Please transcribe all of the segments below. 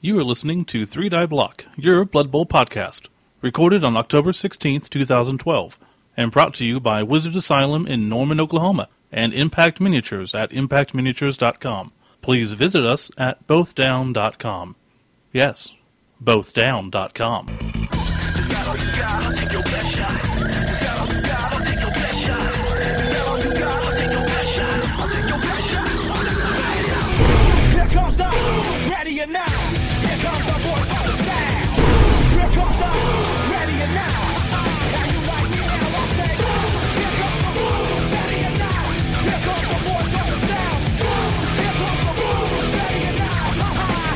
You are listening to Three Die Block, your Blood Bowl podcast, recorded on October 16th, 2012, and brought to you by Wizard Asylum in Norman, Oklahoma, and Impact Miniatures at impactminiatures.com. Please visit us at bothdown.com. Yes, bothdown.com. Here comes the ready and now. Here comes the voice of the sound. Here comes the ready and now. Now you like me now? I say, here comes the voice ready and now. Here comes the voice of the sound. Here comes the voice ready and now.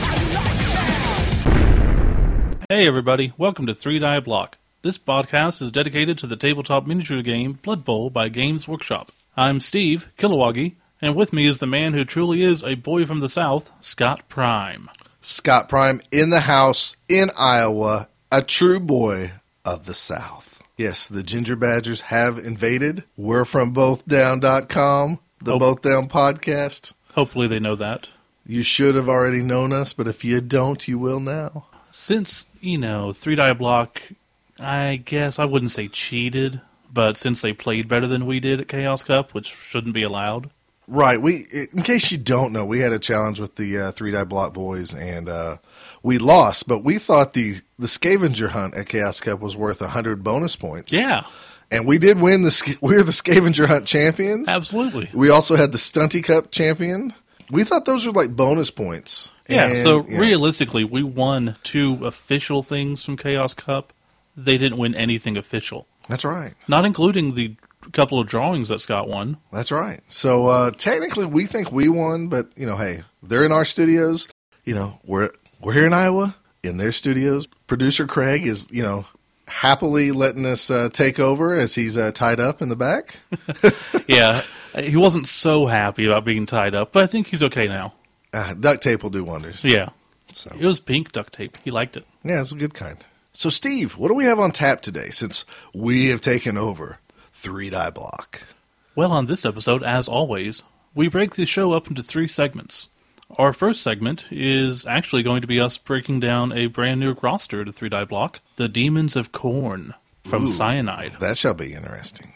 How you like me now? Hey everybody, welcome to Three Die Block. This podcast is dedicated to the tabletop miniature game Blood Bowl by Games Workshop. I'm Steve Kilowagi, and with me is the man who truly is a boy from the South, Scott Prime. Scott Prime in the house in Iowa, a true boy of the South. Yes, the Ginger Badgers have invaded. We're from BothDown.com, the Oh. Both Down podcast. Hopefully they know that. You should have already known us, but if you don't, you will now. Since, you know, Three Die Block, I guess I wouldn't say cheated, but since they played better than we did at Chaos Cup, which shouldn't be allowed, Right. We, in case you don't know, we had a challenge with the uh, Three Die Block Boys, and uh, we lost. But we thought the the scavenger hunt at Chaos Cup was worth hundred bonus points. yeah, and we did win the. sca- We're the scavenger hunt champions. absolutely. We also had the Stunty Cup champion. We thought those were like bonus points. Yeah, And, so yeah. realistically, we won two official things from Chaos Cup. They didn't win anything official, that's right. not including the couple of drawings that Scott won. That's right. So uh, technically, we think we won, but you know, hey, they're in our studios. You know, we're we're here in Iowa in their studios. Producer Craig is you know happily letting us uh, take over as he's uh, tied up in the back. yeah, he wasn't so happy about being tied up, but I think he's okay now. Uh, duct tape will do wonders. Yeah, So it was pink duct tape. He liked it. Yeah, it's a good kind. So, Steve, what do we have on tap today since we have taken over Three Die Block? Well, on this episode, as always, we break the show up into three segments. Our first segment is actually going to be us breaking down a brand new roster to Three Die Block, The Demons of Corn from Ooh. Cyanide. That shall be interesting.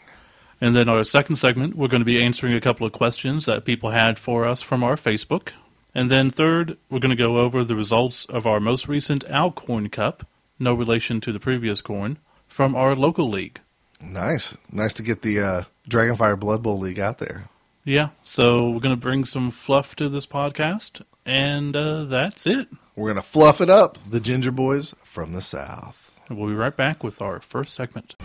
And then our second segment, we're going to be answering a couple of questions that people had for us from our Facebook. And then third, we're going to go over the results of our most recent Alcorn Cup, no relation to the previous corn, from our local league. Nice. Nice to get the uh, Dragonfire Blood Bowl League out there. Yeah, so we're going to bring some fluff to this podcast, and uh, that's it. We're going to fluff it up, the Ginger Boys from the South. And We'll be right back with our first segment.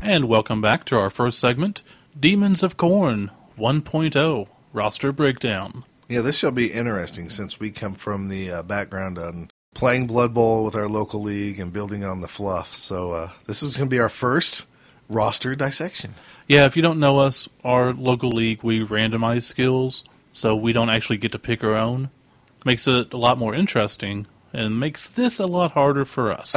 And welcome back to our first segment Demons of Corn 1.0 Roster Breakdown. Yeah, this shall be interesting since we come from the uh, background on playing Blood Bowl with our local league and building on the fluff. So, uh, this is going to be our first roster dissection. Yeah, if you don't know us, our local league, we randomize skills, so we don't actually get to pick our own. Makes it a lot more interesting and makes this a lot harder for us.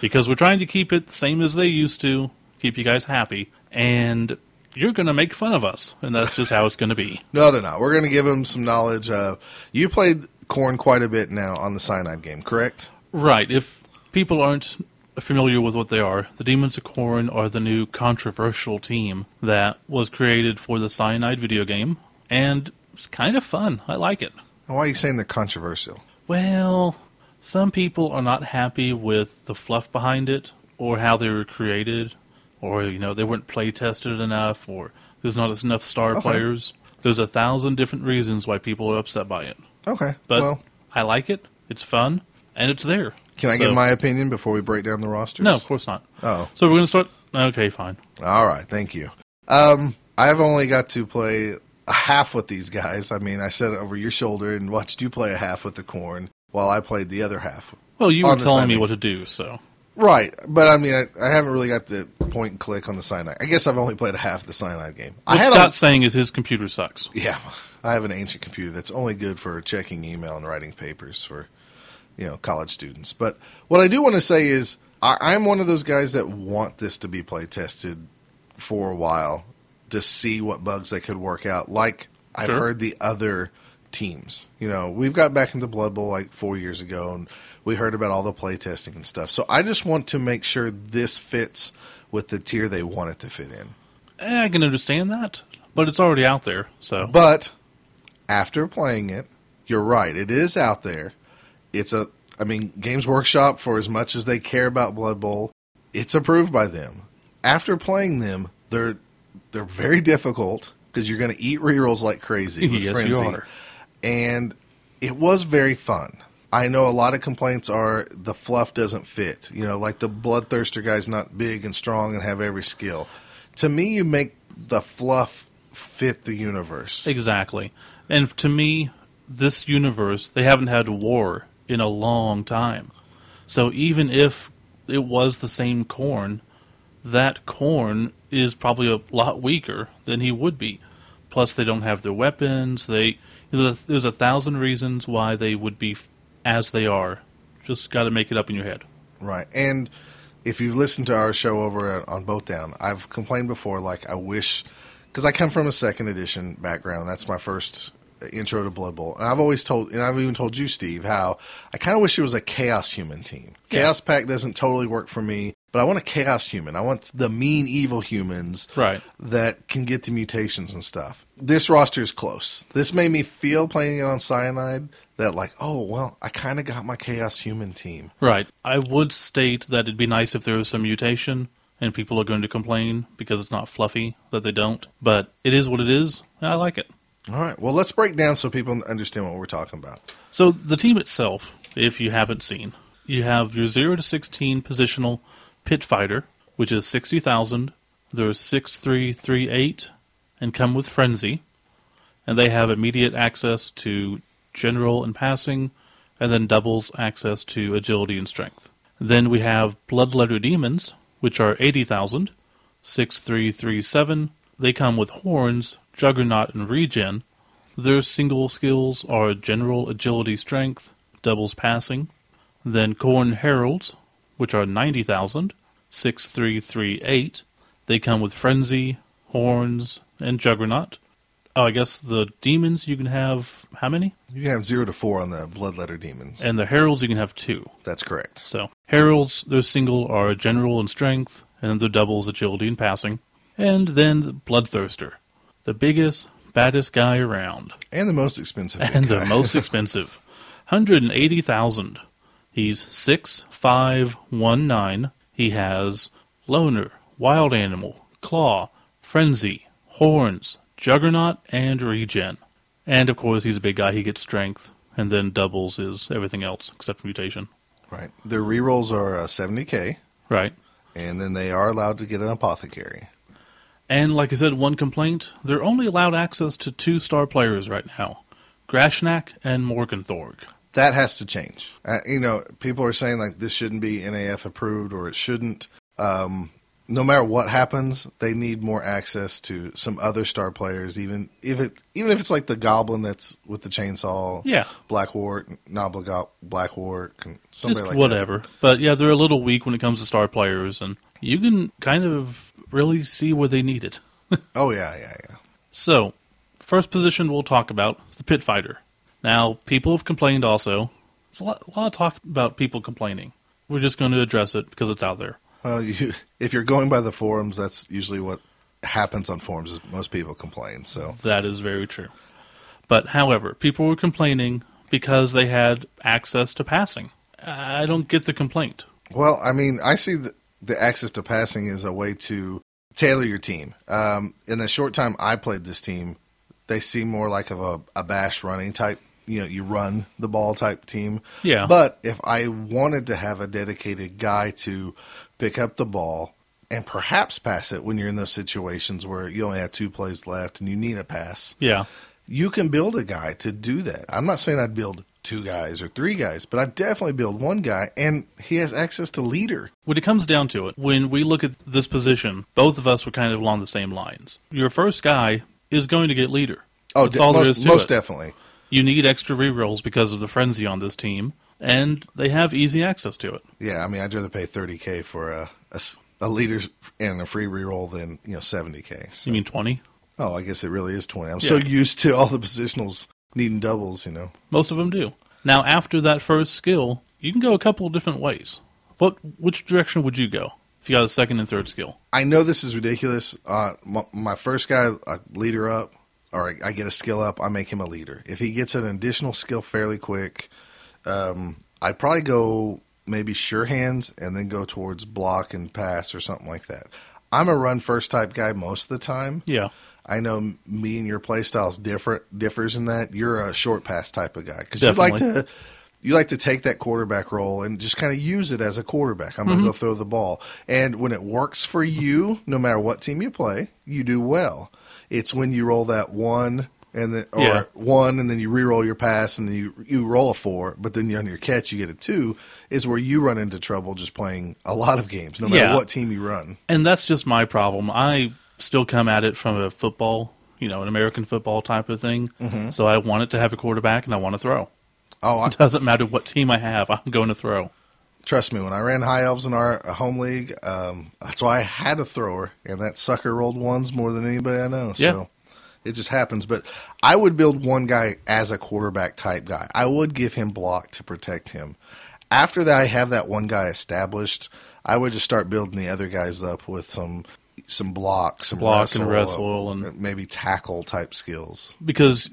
because we're trying to keep it the same as they used to, keep you guys happy, and you're going to make fun of us, and that's just how it's going to be. No, they're not. We're going to give them some knowledge. Uh, you played Corn quite a bit now on the Cyanide game, correct? Right, if people aren't familiar with what they are, the Demons of Corn are the new controversial team that was created for the Cyanide video game, and it's kind of fun. I like it. And why are you saying they're controversial? Well, some people are not happy with the fluff behind it, or how they were created, or you know they weren't play tested enough, or there's not enough star Okay. players. There's a thousand different reasons why people are upset by it, Okay. but well, I like it. It's fun, and it's there. can I So- get my opinion before we break down the rosters? No, of course not. Oh. So we're gonna start. Okay, fine. All right, thank you. Um, I've only got to play a half with these guys. I mean, I sat over your shoulder and watched you play a half with the corn while I played the other half. Well, you On were the telling me Sunday. what to do, so Right, but I mean, I, I haven't really got the point and click on the cyanide. I guess I've only played a half the cyanide game. I what had a- Scott's saying is his computer sucks. yeah, I have an ancient computer that's only good for checking email and writing papers for you know college students. But what I do want to say is I, I'm one of those guys that want this to be play tested for a while to see what bugs they could work out. Like I've Sure. heard the other teams. You know, we've got back into Blood Bowl like four years ago, and we heard about all the play testing and stuff. So I just want to make sure this fits with the tier they want it to fit in. Eh, I can understand that, but it's already out there. So But after playing it, you're right. It is out there. It's a, I mean, Games Workshop, for as much as they care about Blood Bowl, it's approved by them. After playing them, they're they're very difficult because you're going to eat rerolls like crazy. With Yes, frenzy. you are. And it was very fun. I know a lot of complaints are the fluff doesn't fit. You know, like the bloodthirster guy's not big and strong and have every skill. To me, you make the fluff fit the universe. Exactly. And to me, this universe, they haven't had war in a long time. So even if it was the same corn, that corn is probably a lot weaker than he would be. Plus, they don't have their weapons. They there's a- there's a thousand reasons why they would be f- as they are. Just got to make it up in your head. Right. And if you've listened to our show over at, on Boat Down, I've complained before, like, I wish, because I come from a second edition background. That's my first uh, intro to Blood Bowl. And I've always told, and I've even told you, Steve, how I kind of wish it was a Chaos Human team. Chaos Pack doesn't totally work for me, but I want a Chaos Human. I want the mean, evil humans Right. that can get the mutations and stuff. This roster is close. This made me feel playing it on Cyanide that, like, oh, well, I kind of got my Chaos Human team. Right. I would state that it'd be nice if there was some mutation, and people are going to complain because it's not fluffy that they don't. But it is what it is, and I like it. All right. Well, let's break down so people understand what we're talking about. So the team itself, if you haven't seen, you have your zero to sixteen positional pit fighter, which is sixty thousand. There's six three three eight, and come with frenzy, and they have immediate access to general and passing, and then doubles access to agility and strength. Then we have bloodletter demons, which are eighty thousand, six three three seven. They come with horns, juggernaut, and regen. Their single skills are general agility strength, doubles passing, then corn heralds, which are 90,000, 6338. They come with frenzy, horns, and juggernaut. Oh, I guess the demons you can have how many? You can have zero to four on the bloodletter demons. And the heralds you can have two. That's correct. So heralds, their single are general and strength, and their doubles agility and passing. And then the bloodthirster, the biggest, baddest guy around. And the most expensive. and big the guy. most expensive, hundred and eighty thousand. He's six five one nine. He has loner, wild animal, claw, frenzy, horns, juggernaut, and regen. And of course, he's a big guy. He gets strength, and then doubles is everything else except mutation. Right. Their rerolls are uh, 70K, Right. and then they are allowed to get an apothecary. And like I said, one complaint: they're only allowed access to two star players right now, Grashnak and Morgenthorg. That has to change. Uh, you know, people are saying, like, this shouldn't be NAF approved or it shouldn't. Um, no matter what happens, they need more access to some other star players, even if it even if it's like the goblin that's with the chainsaw, Yeah. Blackwort, Noblagop, Blackwort, and somebody just like that. whatever. But yeah, they're a little weak when it comes to star players, and you can kind of really see where they need it. Oh yeah, yeah, yeah. So, first position we'll talk about is the pit fighter. Now, people have complained also. There's a lot, a lot of talk about people complaining. We're just going to address it because it's out there. Well, you, if you're going by the forums, that's usually what happens on forums. Is most people complain. So That is very true. But however, people were complaining because they had access to passing. I don't get the complaint. Well, I mean, I see the, the access to passing is a way to tailor your team. Um, in the short time I played this team, they seem more like of a, a bash running type. You know, you run the ball type team. Yeah. But if I wanted to have a dedicated guy to pick up the ball and perhaps pass it when you're in those situations where you only have two plays left and you need a pass, Yeah. you can build a guy to do that. I'm not saying I'd build two guys or three guys, but I'd definitely build one guy, and he has access to leader. When it comes down to it, when we look at this position, both of us were kind of along the same lines. Your first guy is going to get leader. Oh, That's de- all most, there is to most it. definitely. You need extra rerolls because of the frenzy on this team, and they have easy access to it. Yeah, I mean, I'd rather pay 30k for a, a s- a leader and a free reroll than you know seventy k. You mean 20? Oh, I guess it really is twenty. I'm so used to all the positionals needing doubles. You know, Most of them do. Now, after that first skill, you can go a couple of different ways. What, which direction would you go if you got a second and third skill? I know this is ridiculous. Uh, my, my first guy, I leader up, or I, I get a skill up. I make him a leader. If he gets an additional skill fairly quick, um, I'd probably go maybe sure hands and then go towards block and pass or something like that. I'm a run first type guy most of the time. Yeah. I know m- me and your play styles different differs in that you're a short pass type of guy because you like Definitely. to you like to take that quarterback role and just kind of use it as a quarterback. I'm Mm-hmm. going to go throw the ball, and when it works for you, no matter what team you play, you do well. It's when you roll that one and then or Yeah. one and then you re-roll your pass and then you you roll a four, but then on your catch you get a two is where you run into trouble just playing a lot of games, no matter Yeah. what team you run. And that's just my problem. I still come at it from a football, you know, an American football type of thing. So I want it to have a quarterback and I want to throw. Oh, I, It doesn't matter what team I have, I'm going to throw. Trust me, when I ran high elves in our uh, home league, um, that's why I had a thrower, and that sucker rolled ones more than anybody I know. So Yeah. it just happens. But I would build one guy as a quarterback type guy. I would give him block to protect him. After that, I have that one guy established. I would just start building the other guys up with some some block, some Block and wrestle, wrestle and- maybe tackle type skills. Because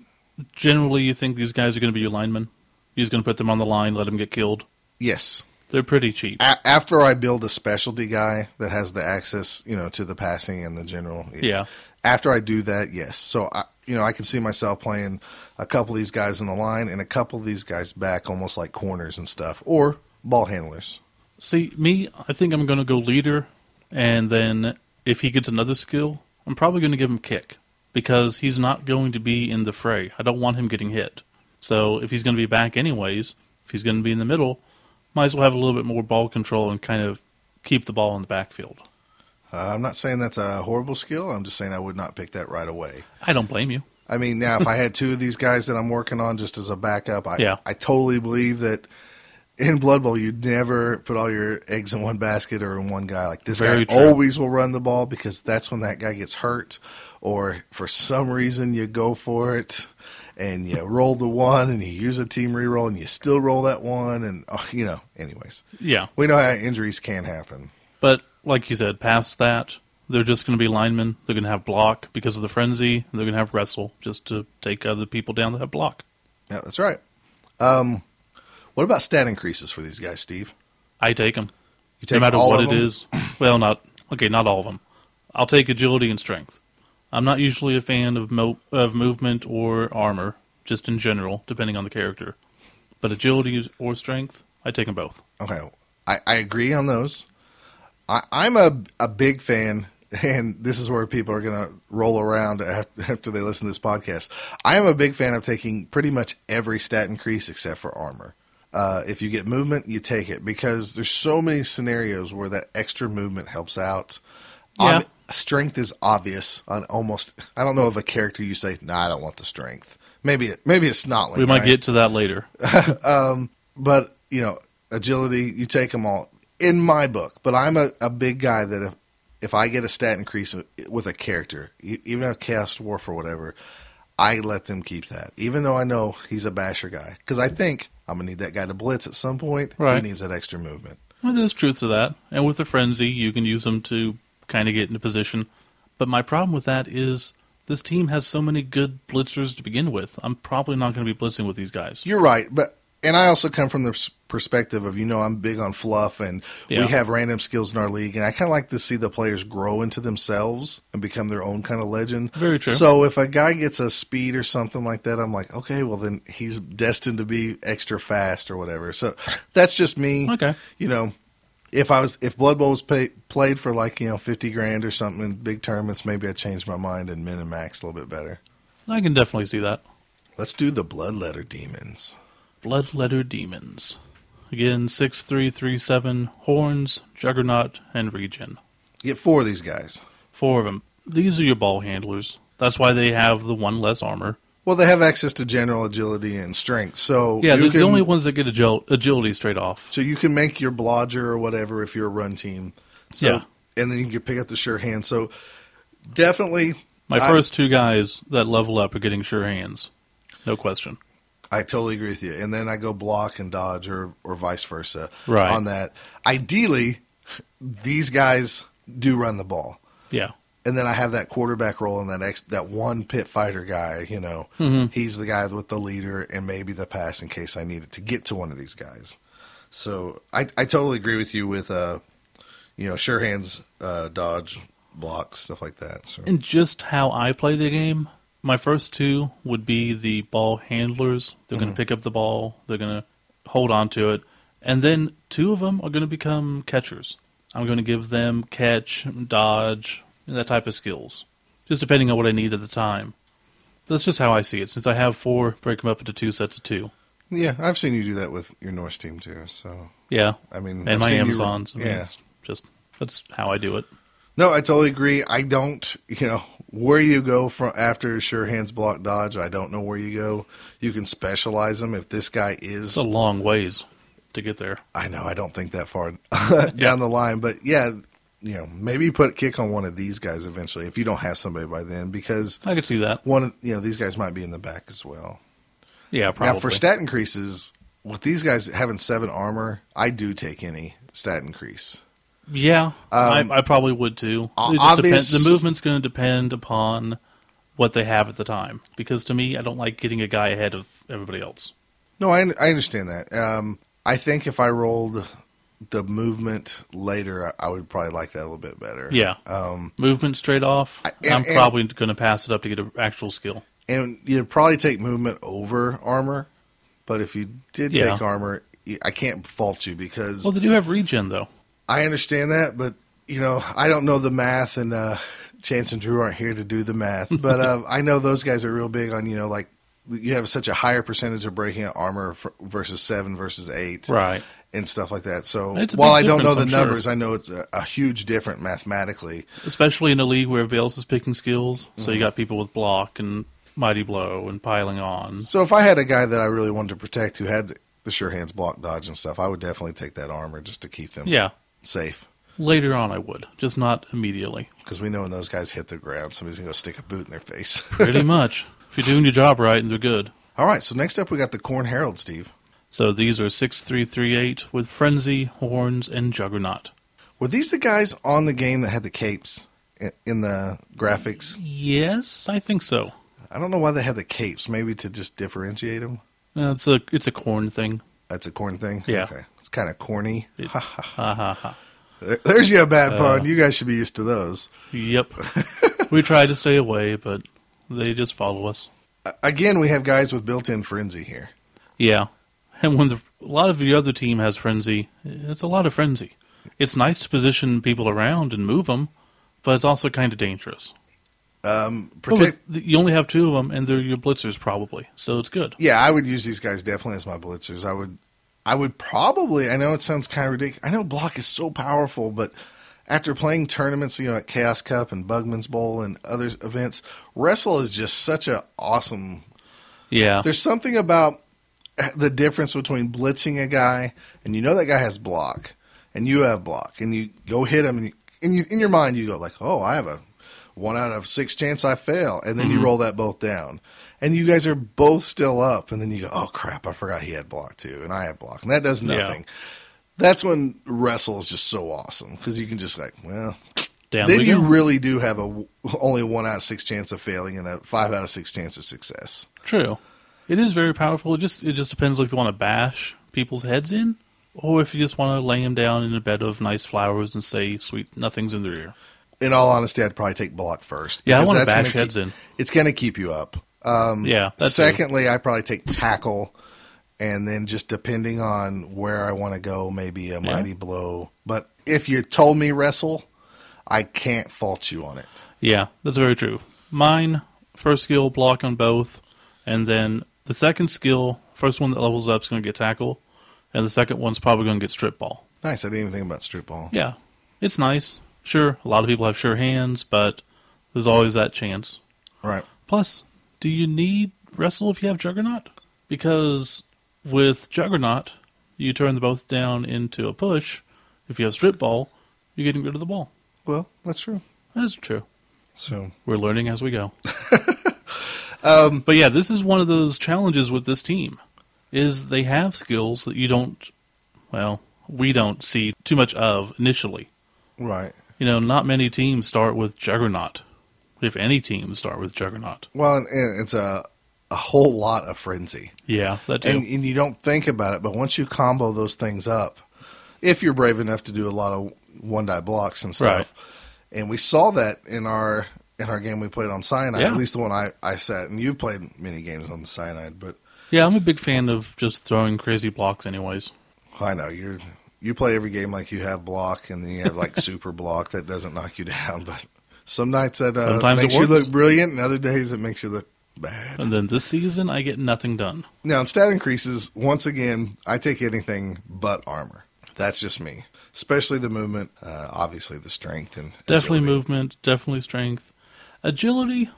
generally you think these guys are going to be your linemen. You're just going to put them on the line, let them get killed. Yes, They're pretty cheap. a- after I build a specialty guy that has the access, you know, to the passing and the general. Yeah. After I do that, yes. So I, you know, I can see myself playing a couple of these guys in the line and a couple of these guys back, almost like corners and stuff, or ball handlers. See, me, I think I'm going to go leader, and then if he gets another skill, I'm probably going to give him kick because he's not going to be in the fray. I don't want him getting hit. So if he's going to be back anyways, if he's going to be in the middle, might as well have a little bit more ball control and kind of keep the ball in the backfield. Uh, I'm not saying that's a horrible skill. I'm just saying I would not pick that right away. I don't blame you. I mean, now if I had two of these guys that I'm working on just as a backup, I Yeah. I totally believe that in Blood Bowl you never put all your eggs in one basket or in one guy. Like this Very guy true. always will run the ball because that's when that guy gets hurt, or for some reason you go for it and you roll the one and you use a team reroll and you still roll that one and oh, you know. Anyways, Yeah. we know how injuries can happen. But like you said, past that, they're just going to be linemen. They're going to have block because of the frenzy. and They're going to have wrestle just to take other people down that have block. Yeah, that's right. Um, what about stat increases for these guys, Steve? I take them. You no matter all what of it them? is. Well, not okay, not all of them. I'll take agility and strength. I'm not usually a fan of mo- of movement or armor, just in general, depending on the character. But agility or strength, I take them both. Okay, I, I agree on those. I, I'm a a big fan, and this is where people are going to roll around af- after they listen to this podcast. I am a big fan of taking pretty much every stat increase except for armor. Uh, if you get movement, you take it because there's so many scenarios where that extra movement helps out. Um, Yeah. strength is obvious on almost. I don't know of a character you say, "No, nah, I don't want the strength." Maybe it, maybe it's not. We might get to that later. but you know, agility, you take them all in my book. But I'm a, a big guy that if, if I get a stat increase uh, with a character, e- even a cast Dwarf or whatever, I let them keep that, even though I know he's a basher guy. Because I think I'm gonna need that guy to blitz at some point. Right. He needs that extra movement. Well, there's truth to that. And with the frenzy, you can use them to kind of get into position. But my problem with that is this team has so many good blitzers to begin with. I'm probably not going to be blitzing with these guys. You're right, but and I also come from the s- perspective of you know I'm big on fluff and Yeah. we have random skills in our league, and I kind of like to see the players grow into themselves and become their own kind of legend. Very true. So if a guy gets a speed or something like that, I'm like, okay, well then he's destined to be extra fast or whatever. So that's just me. Okay. you know. If I was if Blood Bowl was pay, played for like you know fifty grand or something in big tournaments, maybe I would change my mind and min and max a little bit better. I can definitely see that. Let's do the Bloodletter Demons. Bloodletter Demons. Again, 6337, Horns, Juggernaut, and Regen. Get four of these guys. Four of them. These are your ball handlers. That's why they have the one less armor. Well, they have access to general agility and strength, so Yeah, you they're can, the only ones that get agil- agility straight off. So you can make your blodger or whatever if you're a run team. So Yeah. and then you can pick up the sure hand. So definitely, My I- first two guys that level up are getting sure hands. No question. I totally agree with you. And then I go block and dodge, or or vice versa. Right. on that. Ideally, these guys do run the ball, Yeah. and then I have that quarterback role and that ex, that one pit fighter guy. You know, Mm-hmm. he's the guy with the leader and maybe the pass in case I need it to get to one of these guys. So I I totally agree with you with uh, you know, sure hands, uh, dodge, blocks, stuff like that. So And just how I play the game, my first two would be the ball handlers. They're Mm-hmm. going to pick up the ball, they're going to hold on to it. And then two of them are going to become catchers. I'm going to give them catch, dodge, and that type of skills, just depending on what I need at the time. That's just how I see it, since I have four, break them up into two sets of two. yeah, I've seen you do that with your Norse team too. So Yeah. I mean, And I've my seen you- Amazons. I mean, yeah. it's just that's how I do it. No, I totally agree. I don't, you know, where you go from after sure hands block dodge, I don't know where you go. You can specialize them if this guy is It's a long ways to get there. I know I don't think that far down the line, but yeah, you know, maybe put kick on one of these guys eventually if you don't have somebody by then because I could see that. one of you know, these guys might be in the back as well. Yeah, probably. Now for stat increases, with these guys having seven armor, I do take any stat increase. Yeah, I, I probably would too. Um, o- It just depend- obvious- the movement's going to depend upon what they have at the time. Because to me, I don't like getting a guy ahead of everybody else. No, I, I understand that. Um, I think if I rolled the movement later, I, I would probably like that a little bit better. Yeah, Um, movement straight off. I, and- am and- probably going to pass it up to get an actual skill. and you'd probably take movement over armor, but if you did Yeah. take armor, y- I can't fault you because Well, they do have regen though. I understand that, but you know, I don't know the math, and uh, Chance and Drew aren't here to do the math. But uh, I know those guys are real big on you know, like you have such a higher percentage of breaking out armor f versus seven versus eight, Right. and stuff like that. So It's a while I big don't know the difference, I'm numbers, I know it's a, a huge difference mathematically. especially in a league where everybody else is picking skills. So Mm-hmm. you got people with block and mighty blow and piling on. So if I had a guy that I really wanted to protect who had the sure hands, block, dodge, and stuff, I would definitely take that armor just to keep them Yeah, safe. later on I would, just not immediately. Because we know when those guys hit the ground, somebody's gonna go stick a boot in their face. Pretty much, if you're doing your job right and they're good. All right, so next up we got the Corn Herald, Steve. So these are six three three eight with frenzy, horns, and juggernaut. Were these the guys on the game that had the capes i- in the graphics? Yes, I think so. I don't know why they had the capes. Maybe to just differentiate them. Uh, it's a it's a corn thing. That's a corn thing. Yeah. it's kind of corny. It- ha ha ha. There- There's you a bad Uh, pun. You guys should be used to those. Yep. we try to stay away, but they just follow us. A- Again, we have guys with built-in frenzy here. Yeah, and when the, a lot of the other team has frenzy, it's a lot of frenzy. It's nice to position people around and move them, but it's also kind of dangerous. Um, But protect. with- you only have two of them, and they're your blitzers probably, so it's good. yeah, I would use these guys definitely as my blitzers. I would, I would probably. I know it sounds kind of ridiculous. I know block is so powerful, but after playing tournaments, you know, at Chaos Cup and Bugman's Bowl and other events, wrestle is just such a awesome Yeah, There's something about the difference between blitzing a guy and you know that guy has block and you have block and you go hit him and you, and you in your mind you go like, "Oh, I have a one out of 6 chance I fail." And then you roll that both down. And you guys are both still up and then you go, "Oh crap, I forgot he had block too and I have block." And that does Yeah. nothing. That's when wrestle is just so awesome because you can just like, well, down then we you go. really do have a only one out of six chance of failing and a five out of six chance of success. True. It is very powerful. It just it just depends if you want to bash people's heads in, or if you just want to lay them down in a bed of nice flowers and say sweet nothings in their ear. in all honesty, I'd probably take block first. Yeah, I Because want to that's gonna bash keep- heads in. It's going to keep you up. Um, Yeah, that's secondly, I probably take tackle, and then just depending on where I want to go, maybe a mighty blow. But if you told me wrestle, I can't fault you on it. Yeah, that's very true. Mine first skill block on both, and then the second skill, first one that levels up is going to get tackle, and the second one's probably going to get strip ball. Nice. I didn't even think about strip ball. Yeah, it's nice. Sure, a lot of people have sure hands, but there's always that chance. Right. Plus, do you need Wrestle if you have Juggernaut? Because with Juggernaut, you turn the both down into a push. If you have Strip Ball, you're getting rid of the ball. Well, that's true. That's true. So We're learning as we go. um, but yeah, this is one of those challenges with this team is they have skills that you don't well, we don't see too much of initially. right. You know, not many teams start with Juggernaut. If any teams start with Juggernaut. Well, and, and it's a a whole lot of frenzy, Yeah, that too. and and you don't think about it, but once you combo those things up, if you're brave enough to do a lot of one die blocks and stuff, and we saw that in our in our game we played on Cyanide, Yeah. at least the one I I sat, and you played many games on Cyanide, but yeah, I'm a big fan of just throwing crazy blocks anyways. I know you're you play every game like you have block, and then you have like super block that doesn't knock you down. But some nights that uh, Sometimes it makes you works. look brilliant, and other days it makes you look bad. And then this season I get nothing done. Now, in stat increases, once again, I take anything but armor. That's just me, especially the movement, uh, obviously the strength, and Definitely agility. movement, definitely strength. Agility,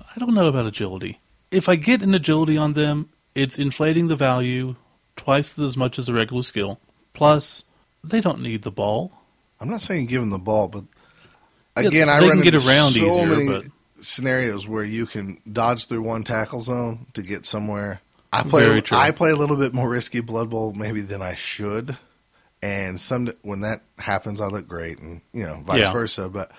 I don't know about agility. If I get an agility on them, it's inflating the value twice as much as a regular skill. Plus, they don't need the ball. I'm not saying give them the ball, but Yeah, again, I they run can get into around so easier, many but- scenarios where you can dodge through one tackle zone to get somewhere. I play Very true. I play a little bit more risky Blood Bowl maybe than I should, and some when that happens, I look great, and you know vice Yeah. versa. But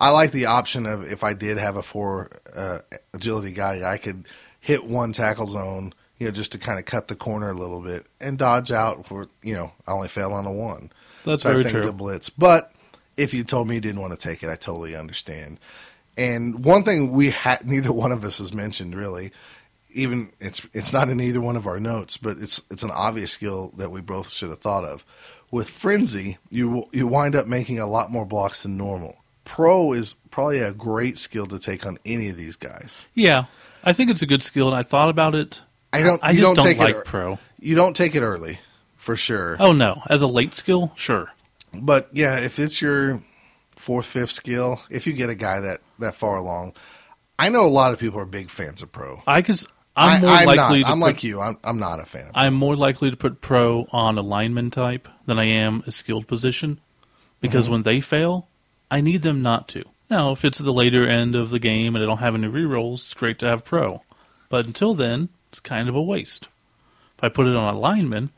I like the option of if I did have a four uh, agility guy, I could hit one tackle zone, you know, just to kind of cut the corner a little bit and dodge out for you know I only fail on a one. That's So I very think true. the blitz. But if you told me you didn't want to take it, I totally understand. And one thing we had neither one of us has mentioned really, even it's it's not in either one of our notes, but it's it's an obvious skill that we both should have thought of. With frenzy, you will- you wind up making a lot more blocks than normal. Pro is probably a great skill to take on any of these guys. Yeah, I think it's a good skill, and I thought about it. I don't. I you just don't, don't take like it. ear- pro. You don't take it early, for sure. Oh no, as a late skill, sure. But yeah, if it's your fourth, fifth skill, if you get a guy that that far along, I know a lot of people are big fans of pro. I can. s- I'm I- more likely. not. to I'm put, like you. I'm I'm not a fan. Of I'm more likely to put pro on a lineman type than I am a skilled position because when they fail, I need them not to. Now, if it's the later end of the game and I don't have any rerolls, it's great to have pro. But until then, it's kind of a waste. If I put it on a lineman,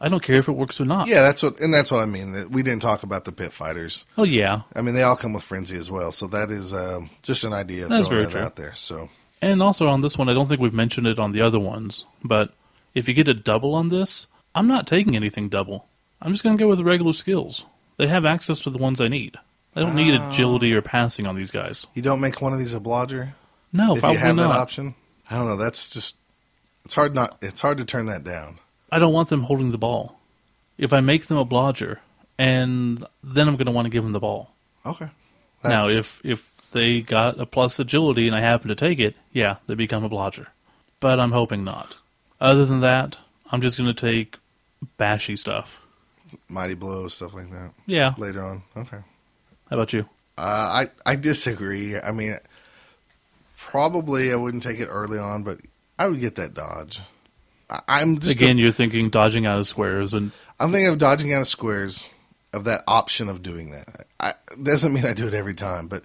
I don't care if it works or not. yeah, that's what and that's what I mean. that We didn't talk about the pit fighters. Oh, yeah. I mean, they all come with frenzy as well. So that is um, just an idea of That's throwing very that true. out there. So And also on this one, I don't think we've mentioned it on the other ones, but if you get a double on this, I'm not taking anything double. I'm just going to go with the regular skills. They have access to the ones I need. I don't need Ah. agility or passing on these guys. you don't make one of these a blodger No, if probably you have not. that option. I don't know. That's just it's hard not. It's hard to turn that down. I don't want them holding the ball. If I make them a blodger, and then I'm going to want to give them the ball. Okay. now, That's- if if they got a plus agility and I happen to take it, yeah, they become a blodger. But I'm hoping not. Other than that, I'm just going to take bashy stuff. mighty blows stuff like that Yeah. How later on. Okay. about you? Uh, I I disagree. I mean, probably I wouldn't take it early on, but I would get that dodge. I, I'm just Again, you're thinking dodging out of squares, and I'm thinking of dodging out of squares of that option of doing that. I, doesn't mean I do it every time, but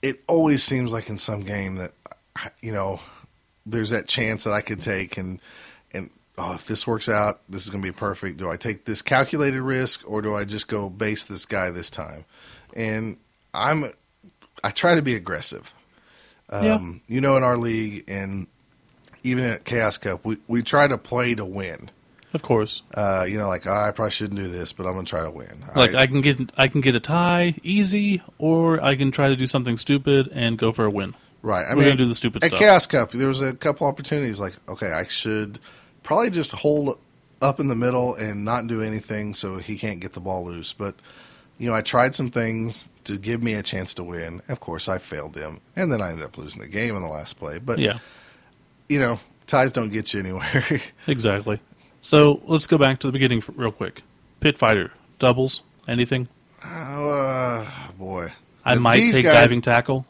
it always seems like in some game that you know there's that chance that I could take and and oh if this works out this is going to be perfect. Do I take this calculated risk or do I just go base this guy this time? And I'm I try to be aggressive. Um, You know, in our league and even at Chaos Cup, we, we try to play to win of course, uh, you know, like "Ah, I probably shouldn't do this, but I'm gonna try to win. like I can get I can get a tie easy, or I can try to do something stupid and go for a win. right? I we're mean, gonna do the stupid at stuff. Chaos Cup, there was a couple opportunities. Like, okay, I should probably just hold up in the middle and not do anything so he can't get the ball loose. But you know, I tried some things to give me a chance to win. Of course, I failed them, and then I ended up losing the game in the last play. But Yeah, you know, ties don't get you anywhere. exactly. So let's go back to the beginning for, real quick. Pit fighter doubles anything? uh, boy, I If might these take guys- diving tackle.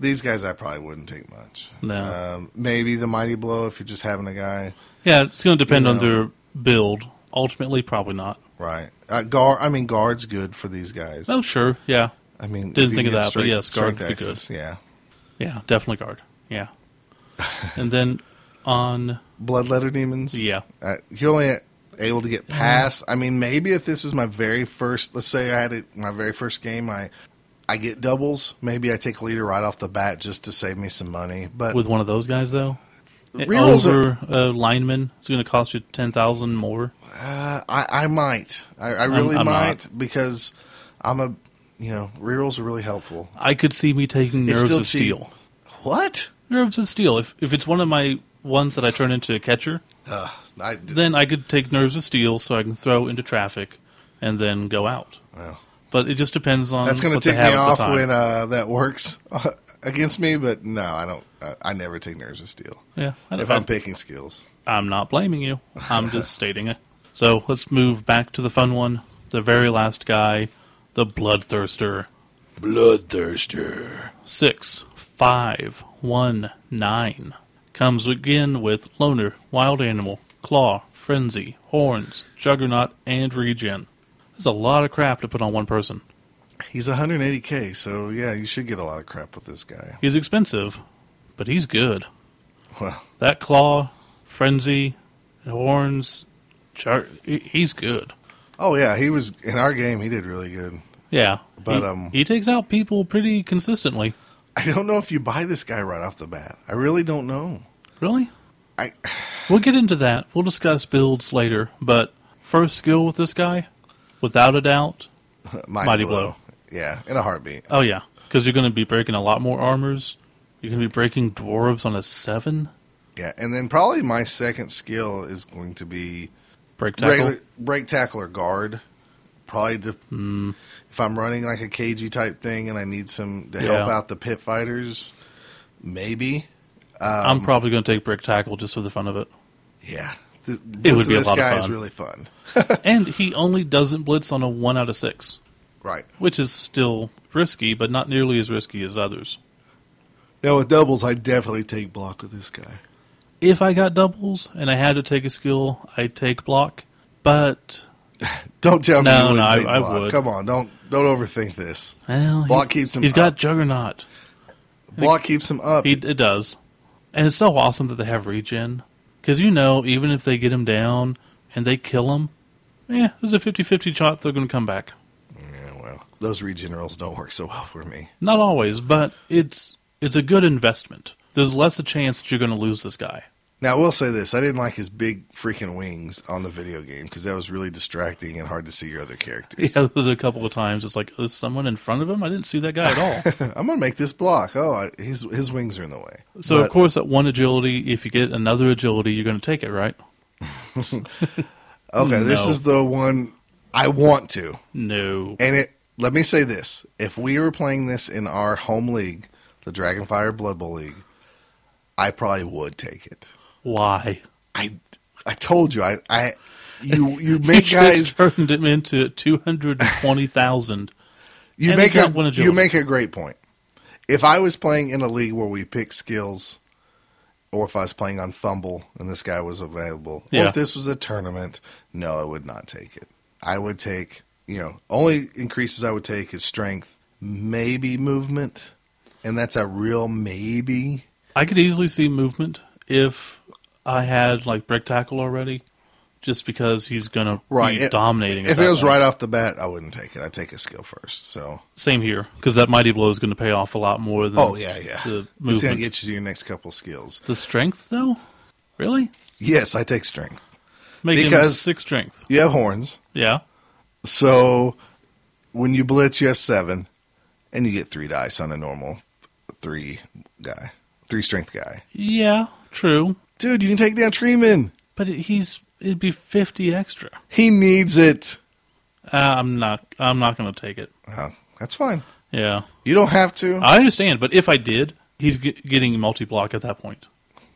These guys, I probably wouldn't take much. No. um, maybe the mighty blow if you're just having a guy. Yeah, it's going to depend on No. their build. Ultimately, probably not. Right. Uh, guard. I mean, guard's good for these guys. Oh, sure. Yeah, I mean, if Didn't you think of get that, but straight- yes, guard would strength be good. access, Yeah, Yeah, definitely guard. Yeah. and then on bloodletter demons. yeah, uh, you're only able to get past. I mean, maybe if this was my very first, let's say I had it my very first game, I I get doubles. Maybe I take leader right off the bat just to save me some money. But with one of those guys though, Rerolls over a lineman, it's going to cost you ten thousand more. uh, I I might, I, I really I'm not. might because I'm a you know rerolls are really helpful. I could see me taking It's nerves still of cheap. steel. What? Nerves of steel. If if it's one of my ones that I turn into a catcher, Uh, I then I could take nerves of steel so I can throw into traffic and then go out. well, But it just depends on that's going to what they tick me have at the off time. when uh, that works against me. But no, I don't. I, I never take nerves of steel yeah, I don't- if I'm picking skills. I'm not blaming you. I'm just stating it. So let's move back to the fun one. The very last guy, the Bloodthirster. Bloodthirster. Six, five, one, nine. Comes again with Loner, Wild Animal, Claw, Frenzy, Horns, Juggernaut, and Regen. That's a lot of crap to put on one person. He's 180k, so yeah, you should get a lot of crap with this guy. He's expensive, but he's good. Well, That Claw, Frenzy, Horns, Char- he- he's good. oh yeah, he was in our game. He did really good. Yeah, But, he, um, he takes out people pretty consistently. I don't know if you buy this guy right off the bat. I really don't know. Really, I we'll get into that. We'll discuss builds later. But first skill with this guy, without a doubt. mighty, Mighty blow. Blow. Yeah, in a heartbeat. Oh yeah, because you're going to be breaking a lot more armors. You're going to be breaking dwarves on a seven Yeah, and then probably my second skill is going to be break tackle. regular, break tackle or guard. Probably to, Hmm. if I'm running like a cagey type thing and I need some to help Yeah. out the pit fighters, maybe. um, I'm probably going to take break tackle just for the fun of it. Yeah, Th- It would this, be a this lot of guy is fun. really fun. and he only doesn't blitz on a one out of six, Right. which is still risky, but not nearly as risky as others. Now with doubles, I definitely take block with this guy. If I got doubles and I had to take a skill, I'd take block. But Don't tell me No, you wouldn't no, I- take I block. would. Come on, don't don't overthink this. Well, Block he, keeps him He's got up. Juggernaut. Block keeps him up. He it does, and it's so awesome that they have regen because you know even if they get him down and they kill him, yeah, there's a 50-50 shot they're going to come back. yeah, well, those regenerals don't work so well for me. Not always, but it's it's a good investment. There's less a chance that you're going to lose this guy. Now I will say this: I didn't like his big freaking wings on the video game because that was really distracting and hard to see your other Yeah, characters. there was a couple of times it's like there's someone in front of him. I didn't see that guy at all. I'm gonna make this block. Oh, I, his his wings are in the way. So But of course, at one agility, if you get another agility, you're going to take it, right? okay, this no. is the one I want to. No. And it let me say this: if we were playing this in our home league, the Dragonfire Blood Bowl League, I probably would take it. Why? I I told you I I you you You make guys just turned him into two hundred twenty thousand. you and make it's not a one agility. you make a great point. If I was playing in a league where we pick skills, or if I was playing on fumble and this guy was available, or Yeah. if this was a tournament, no, I would not take it. I would take you know only increases I would take is strength, maybe movement, and that's a real maybe. I could easily see movement if I had like brick tackle already, just because he's gonna Right, be it- dominating. at If that it was point. right off the bat, I wouldn't take it. I'd take a skill first. So same here because that mighty blow is going to pay off a lot more than. oh yeah, yeah, the it's gonna movement. get you to your next couple skills. The strength though, really Yes, I take strength. make him Because- six strength. You have horns. Yeah, So when you blitz, you have seven, and you get three dice on a normal three guy, three strength guy. yeah, true. Dude, you can take down Treeman. But it- he's it'd be fifty extra. He needs it. Uh, I'm not. I'm not going to take it. Oh, that's fine. Yeah, You don't have to. I understand. But if I did, he's g- getting multi block at that point.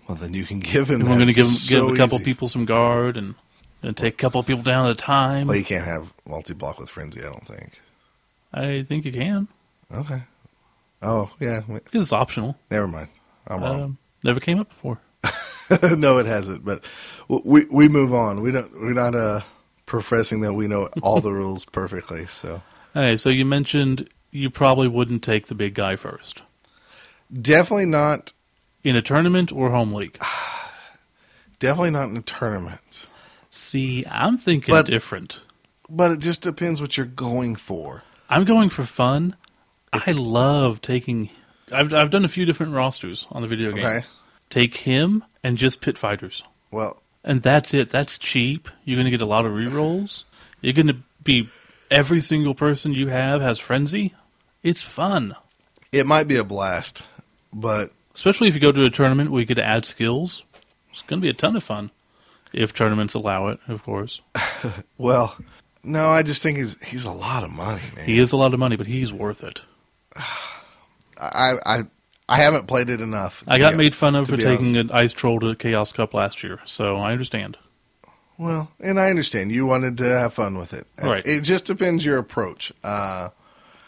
well, then you can give him. And we're that. going to give him, It's give so a couple easy. people some guard and, and take a couple people down at a time. Well, you can't have multi block with frenzy. I don't think. I think you can. Okay. Oh yeah. we- Because it's optional. Never mind. I'm wrong. Um, never came up before. no, it hasn't. But we we move on. We don't. We're not uh, professing that we know all the rules perfectly. So Okay, so you mentioned you probably wouldn't take the big guy first Definitely not. in a tournament or home league. Definitely not in a tournament. See, I'm thinking But- different. But it just depends what you're going for. I'm going for fun. I love taking. I've I've done a few different rosters on the video game. Okay. Take him and just pit fighters, Well, and that's it. That's cheap. You're going to get a lot of rerolls. You're going to be every single person you have has frenzy. It's fun, it might be a blast, but especially if you go to a tournament where you get to add skills. It's going to be a ton of fun if tournaments allow it, of course. well, no, I just think he's he's a lot of money, man. He is a lot of money, but he's worth it. I I I haven't played it enough. I got Yeah. made fun of to for be taking an ice troll to Chaos Cup last year, so I understand. Well, and I understand you wanted to have fun with it. Right. It just depends your approach. Uh,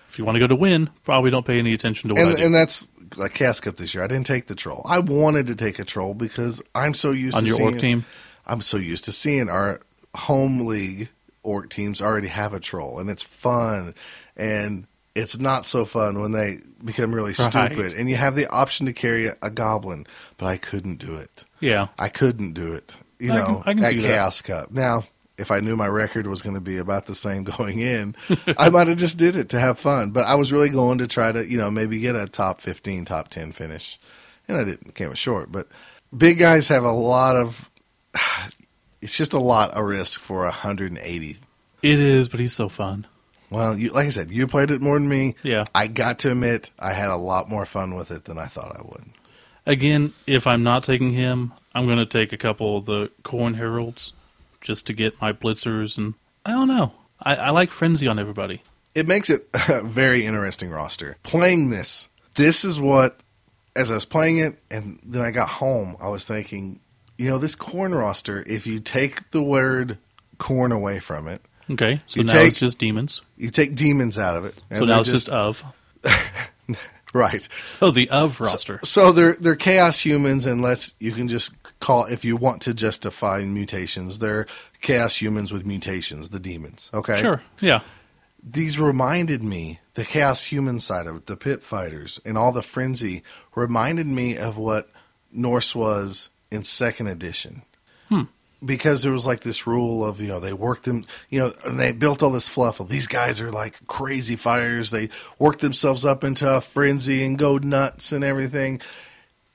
If you want to go to win, probably don't pay any attention to what and I do. and that's like Cask Cup this year. I didn't take the troll. I wanted to take a troll because I'm so used on to your seeing, org team. I'm so used to seeing our home league orc teams already have a troll, and it's fun, and it's not so fun when they become really Right. stupid, and you have the option to carry a, a goblin, but I couldn't do it. Yeah. I couldn't do it. You I know, can- I can at see that. Chaos Cup. Now, if I knew my record was going to be about the same going in, I might have just did it to have fun. But I was really going to try to, you know, maybe get a top fifteen, top ten finish, and I didn't. Came up short. But big guys have a lot of. It's just a lot of risk for hundred and eighty. It is, but he's so fun. Well, you, like I said, you played it more than me. Yeah. I got to admit, I had a lot more fun with it than I thought I would. Again, if I'm not taking him, I'm going to take a couple of the Corn Heralds just to get my blitzers and I don't know. I, I like frenzy on everybody. it makes it a very interesting roster. Playing this, this is what, as I was playing it, and then I got home, I was thinking, you know, this corn roster, if you take the word corn away from it, Okay, so You now take- it's just demons. you take demons out of it. and So they're now it's just of. right. So the of roster. So they're they're chaos humans, unless you can just call if you want to justify mutations. They're chaos humans with mutations, the demons. Okay, Sure. Yeah. these reminded me the chaos human side of it, the pit fighters, and all the frenzy reminded me of what Norse was in second edition. Because there was like this rule of you know they worked them you know and they built all this fluff of these guys are like crazy fighters they work themselves up into a frenzy and go nuts and everything.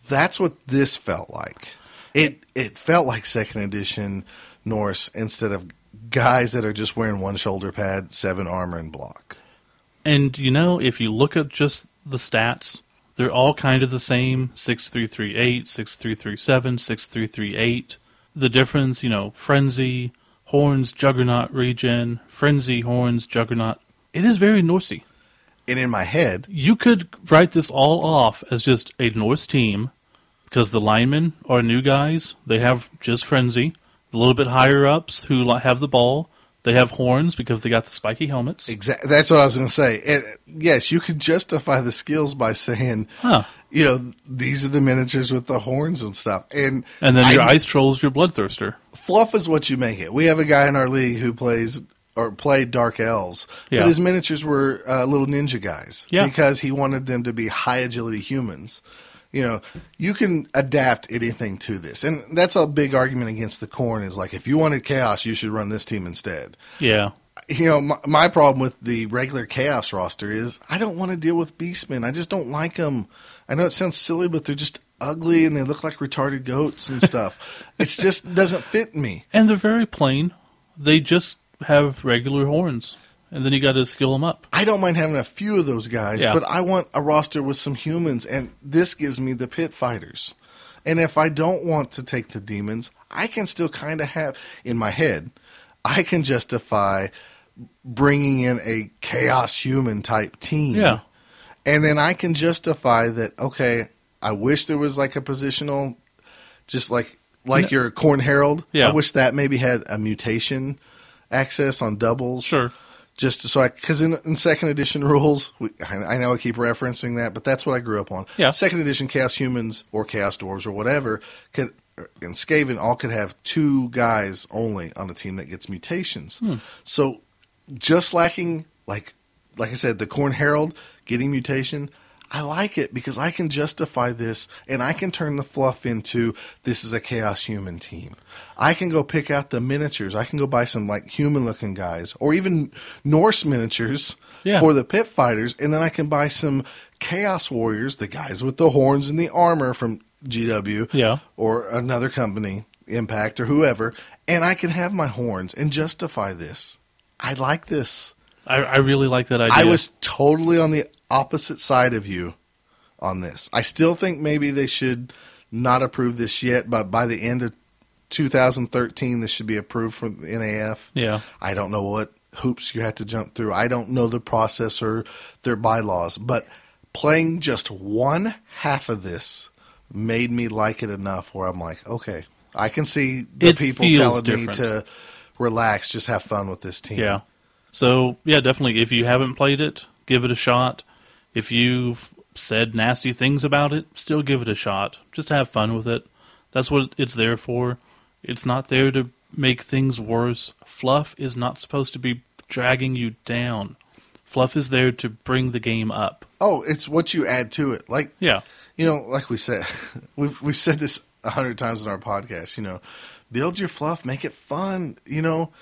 That's what this felt like. It it felt like second edition Norse instead of guys that are just wearing one shoulder pad, seven armor, and block. And you know, if you look at just the stats, they're all kind of the same 6338, 6337, 6338. The difference, you know, Frenzy, Horns, Juggernaut, Regen, Frenzy, Horns, Juggernaut. It is very Norsey. And in my head, You could write this all off as just a Norse team because the linemen are new guys. They have just Frenzy. The little bit higher ups who li- have the ball, they have horns because they got the spiky helmets. exactly that's what I was going to say. And yes, you could justify the skills by saying, Huh. you know, these are the miniatures with the horns and stuff. And And then your I- ice troll's your bloodthirster. fluff is what you make it. We have a guy in our league who plays or played Dark Elves, Yeah. but his miniatures were uh, little ninja guys Yeah. because he wanted them to be high agility humans. You know, you can adapt anything to this, and that's a big argument against the corn. Is like if you wanted chaos, you should run this team instead. Yeah. You know, my, my problem with the regular chaos roster is I don't want to deal with beastmen. I just don't like them. I know it sounds silly, but they're just ugly and they look like retarded goats and stuff. it just doesn't fit me. And they're very plain. They just have regular horns. And then you got to skill them up. I don't mind having a few of those guys, Yeah. but I want a roster with some humans, and this gives me the pit fighters. And if I don't want to take the demons, I can still kind of have in my head, I can justify bringing in a chaos human type team. Yeah. And then I can justify that, okay, I wish there was like a positional, just like like your Corn Herald. Yeah. I wish that maybe had a mutation access on doubles Sure. just so I because in, in second edition rules, we, I, I know I keep referencing that, but that's what I grew up on. Yeah. Second edition chaos humans or chaos dwarves or whatever could er, and Skaven all could have two guys only on a team that gets mutations. So just lacking like like I said, the Corn Herald getting mutation. I like it because I can justify this and I can turn the fluff into this is a chaos human team. I can go pick out the miniatures. I can go buy some like human looking guys or even Norse miniatures Yeah. for the pit fighters and then I can buy some chaos warriors, the guys with the horns and the armor from GW Yeah. or another company, Impact or whoever, and I can have my horns and justify this. I like this. I, I really like that idea. I was totally on the opposite side of you on this. I still think maybe they should not approve this yet, but by the end of 2013, this should be approved for the NAF. yeah. I don't know what hoops you have to jump through. I don't know the process or their bylaws, but playing just one half of this made me like it enough where I'm like, okay, I can see the It people feels telling me different. to relax, just have fun with this team. Yeah. So yeah, definitely. If you haven't played it, give it a shot. If you've said nasty things about it, still give it a shot. Just have fun with it. That's what it's there for. It's not there to make things worse. Fluff is not supposed to be dragging you down. Fluff is there to bring the game up. Oh, it's what you add to it. Like Yeah. you know, like we said, we've we've said this a hundred times in our podcast. You know, build your fluff, make it fun. You know,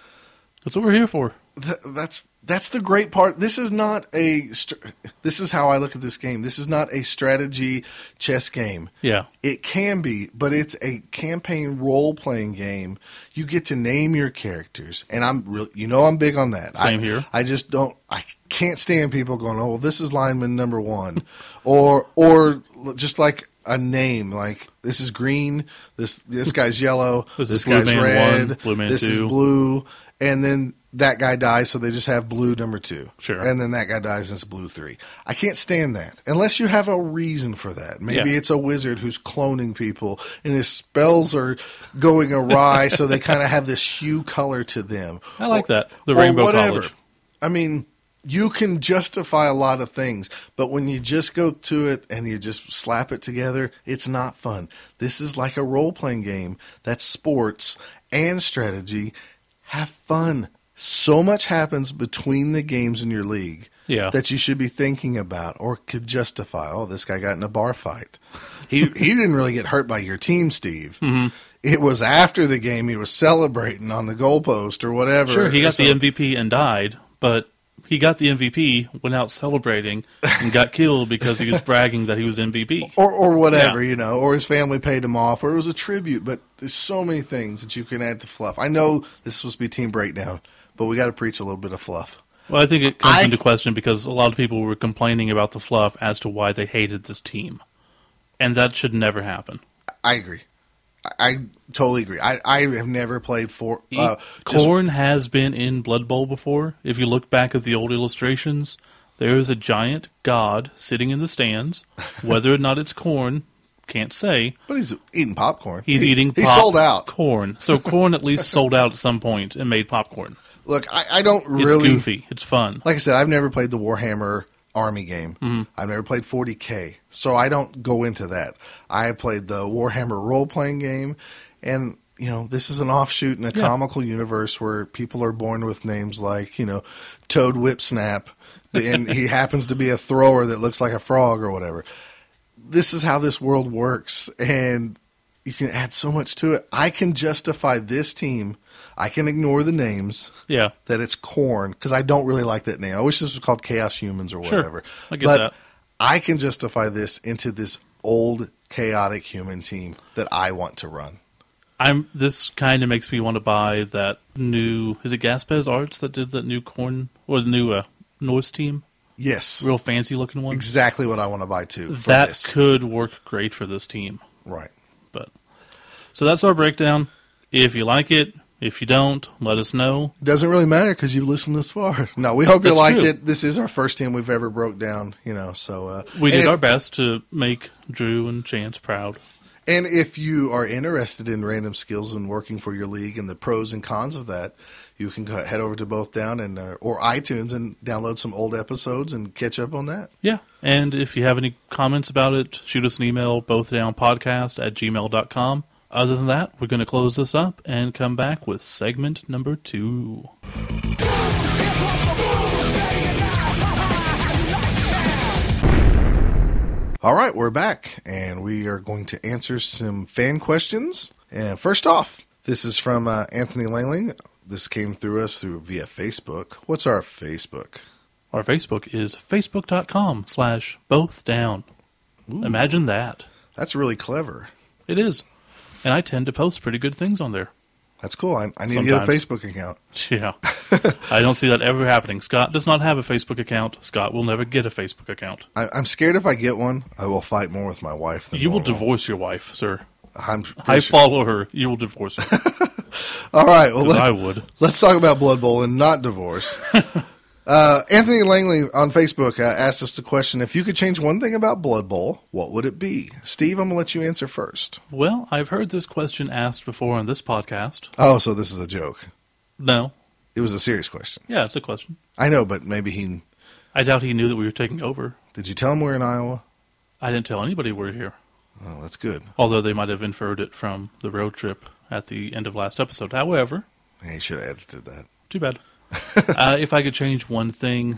That's what we're here for. th- that's that's the great part. This is not a. St- this is how I look at this game. This is not a strategy chess game. Yeah. It can be, but it's a campaign role playing game. You get to name your characters, and I'm real. You know, I'm big on that. Same I, here. I just don't. I can't stand people going, "Oh, well, this is lineman number one," or or l- just like a name, like this is green, this this guy's yellow, This this, is Blue guy's Man red, one, Blue Man this is two. blue, and then that guy dies, so they just have blue number two. Sure. And then that guy dies, and it's blue three. I can't stand that unless you have a reason for that. Maybe Yeah. it's a wizard who's cloning people, and his spells are going awry, so they kind of have this hue color to them. I like Or- that. The or Rainbow College. I mean, you can justify a lot of things, but when you just go to it and you just slap it together, it's not fun. This is like a role playing game that's sports and strategy. Have fun. So much happens between the games in your league Yeah. that you should be thinking about or could justify. Oh, this guy got in a bar fight. He he didn't really get hurt by your team, Steve. Mm-hmm. It was after the game he was celebrating on the goalpost or whatever. Sure, he or got the something. MVP and died, but he got the MVP, went out celebrating, and got killed because he was bragging that he was MVP. or or whatever Yeah. you know, or his family paid him off, or it was a tribute. But there's so many things that you can add to fluff. I know this is supposed to be team breakdown, but we got to preach a little bit of fluff. Well, I think it comes I- into question because a lot of people were complaining about the fluff as to why they hated this team, and that should never happen. I agree. I, I totally agree. I I have never played for uh, just- Corn has been in Blood Bowl before. If you look back at the old illustrations, there is a giant god sitting in the stands. Whether or not it's corn, can't say. but he's eating popcorn. He's He- eating. He pop- sold out. corn. So corn at least sold out at some point and made popcorn. Look, I, I don't It's really goofy. It's fun. like I said, I've never played the Warhammer Army game. I've never played 40K, so I don't go into that. I played the Warhammer role playing game, and you know this is an offshoot in a Yeah. comical universe where people are born with names like you know Toad Whipsnap, and he happens to be a thrower that looks like a frog or whatever. This is how this world works, and you can add so much to it. I can justify this team. I can ignore the names yeah. that it's corn because I don't really like that name. I wish this was called Chaos Humans or Sure. whatever. I get but that. I can justify this into this old chaotic human team that I want to run. I'm. This kind of makes me want to buy that new. Is it Gaspez Arts that did that new corn or the new uh, Norse team? Yes, Real fancy looking one. exactly what I want to buy too. For That this. could work great for this team. right. But so that's our breakdown. If you like it, if you don't, let us know. It doesn't really matter because you've listened this far. No, we hope you That's liked true. it. This is our first team we've ever broke down. You know, so uh, We and did if- our best to make Drew and Chance proud. And if you are interested in random skills and working for your league and the pros and cons of that, you can go- head over to both down and uh, or iTunes and download some old episodes and catch up on that. Yeah. And if you have any comments about it, shoot us an email, bothdownpodcast at gmail.com. Other than that, we're going to close this up and come back with segment number two. Here comes the blues, ready and now. All right, we're back, and we are going to answer some fan questions. And first off, this is from uh, Anthony Langling. This came through us through via Facebook. What's our Facebook? Our Facebook is facebook.com slash both down. Imagine that. That's really clever. It is. And I tend to post pretty good things on there. That's cool. I, I need to Sometimes. get a Facebook account. Yeah. I don't see that ever happening. Scott does not have a Facebook account. Scott will never get a Facebook account. I, I'm scared if I get one, I will fight more with my wife. Than You will normal. divorce your wife, sir. I'm I pretty sure- follow her. You will divorce her. All right. Well, let, I would. Let's talk about Blood Bowl and not divorce. uh, Anthony Langley on Facebook uh, asked us the question if you could change one thing about Blood Bowl, what would it be? Steve, I'm going to let you answer first. Well, I've heard this question asked before on this podcast. Oh, so this is a joke. No. It was a serious question. Yeah, it's a question. I know, but maybe he. I doubt he knew that we were taking over. Did you tell him we're in Iowa? I didn't tell anybody we're here. Oh, that's good. Although they might have inferred it from the road trip at the end of last episode. However, He should have edited that. Too bad. uh, if I could change one thing,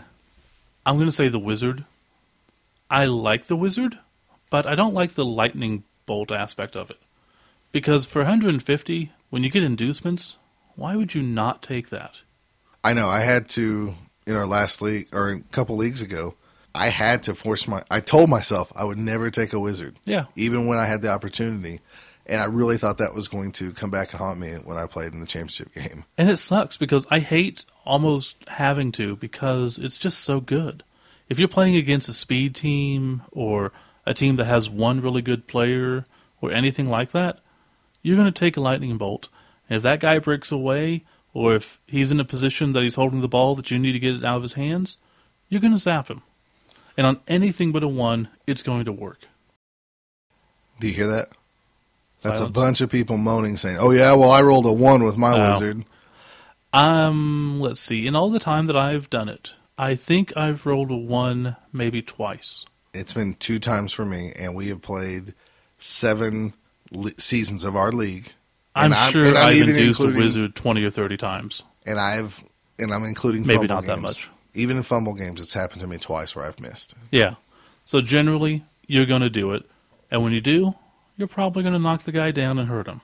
I'm going to say the wizard. I like the wizard, but I don't like the lightning bolt aspect of it. Because for 150, when you get inducements, why would you not take that? I know. I had to in our last league or a couple leagues ago. I had to force my. I told myself I would never take a wizard. Yeah. even when I had the opportunity. And I really thought that was going to come back and haunt me when I played in the championship game. And it sucks because I hate almost having to because it's just so good. If you're playing against a speed team or a team that has one really good player or anything like that, you're going to take a lightning bolt. And if that guy breaks away or if he's in a position that he's holding the ball that you need to get it out of his hands, you're going to zap him. And on anything but a one, it's going to work. Do you hear that? That's Silence. a bunch of people moaning, saying, "Oh yeah, well I rolled a one with my Wow. wizard." Um, let's see. In all the time that I've done it, I think I've rolled a one maybe twice. It's been two times for me, and we have played seven le- seasons of our league. I'm And I'm- sure and I'm I've even induced a including- wizard 20 or 30 times. And I've and I'm including Maybe fumble not that games. much. Even in fumble games, it's happened to me twice where I've missed. Yeah. So generally, you're going to do it. And when you do, you're probably going to knock the guy down and hurt him.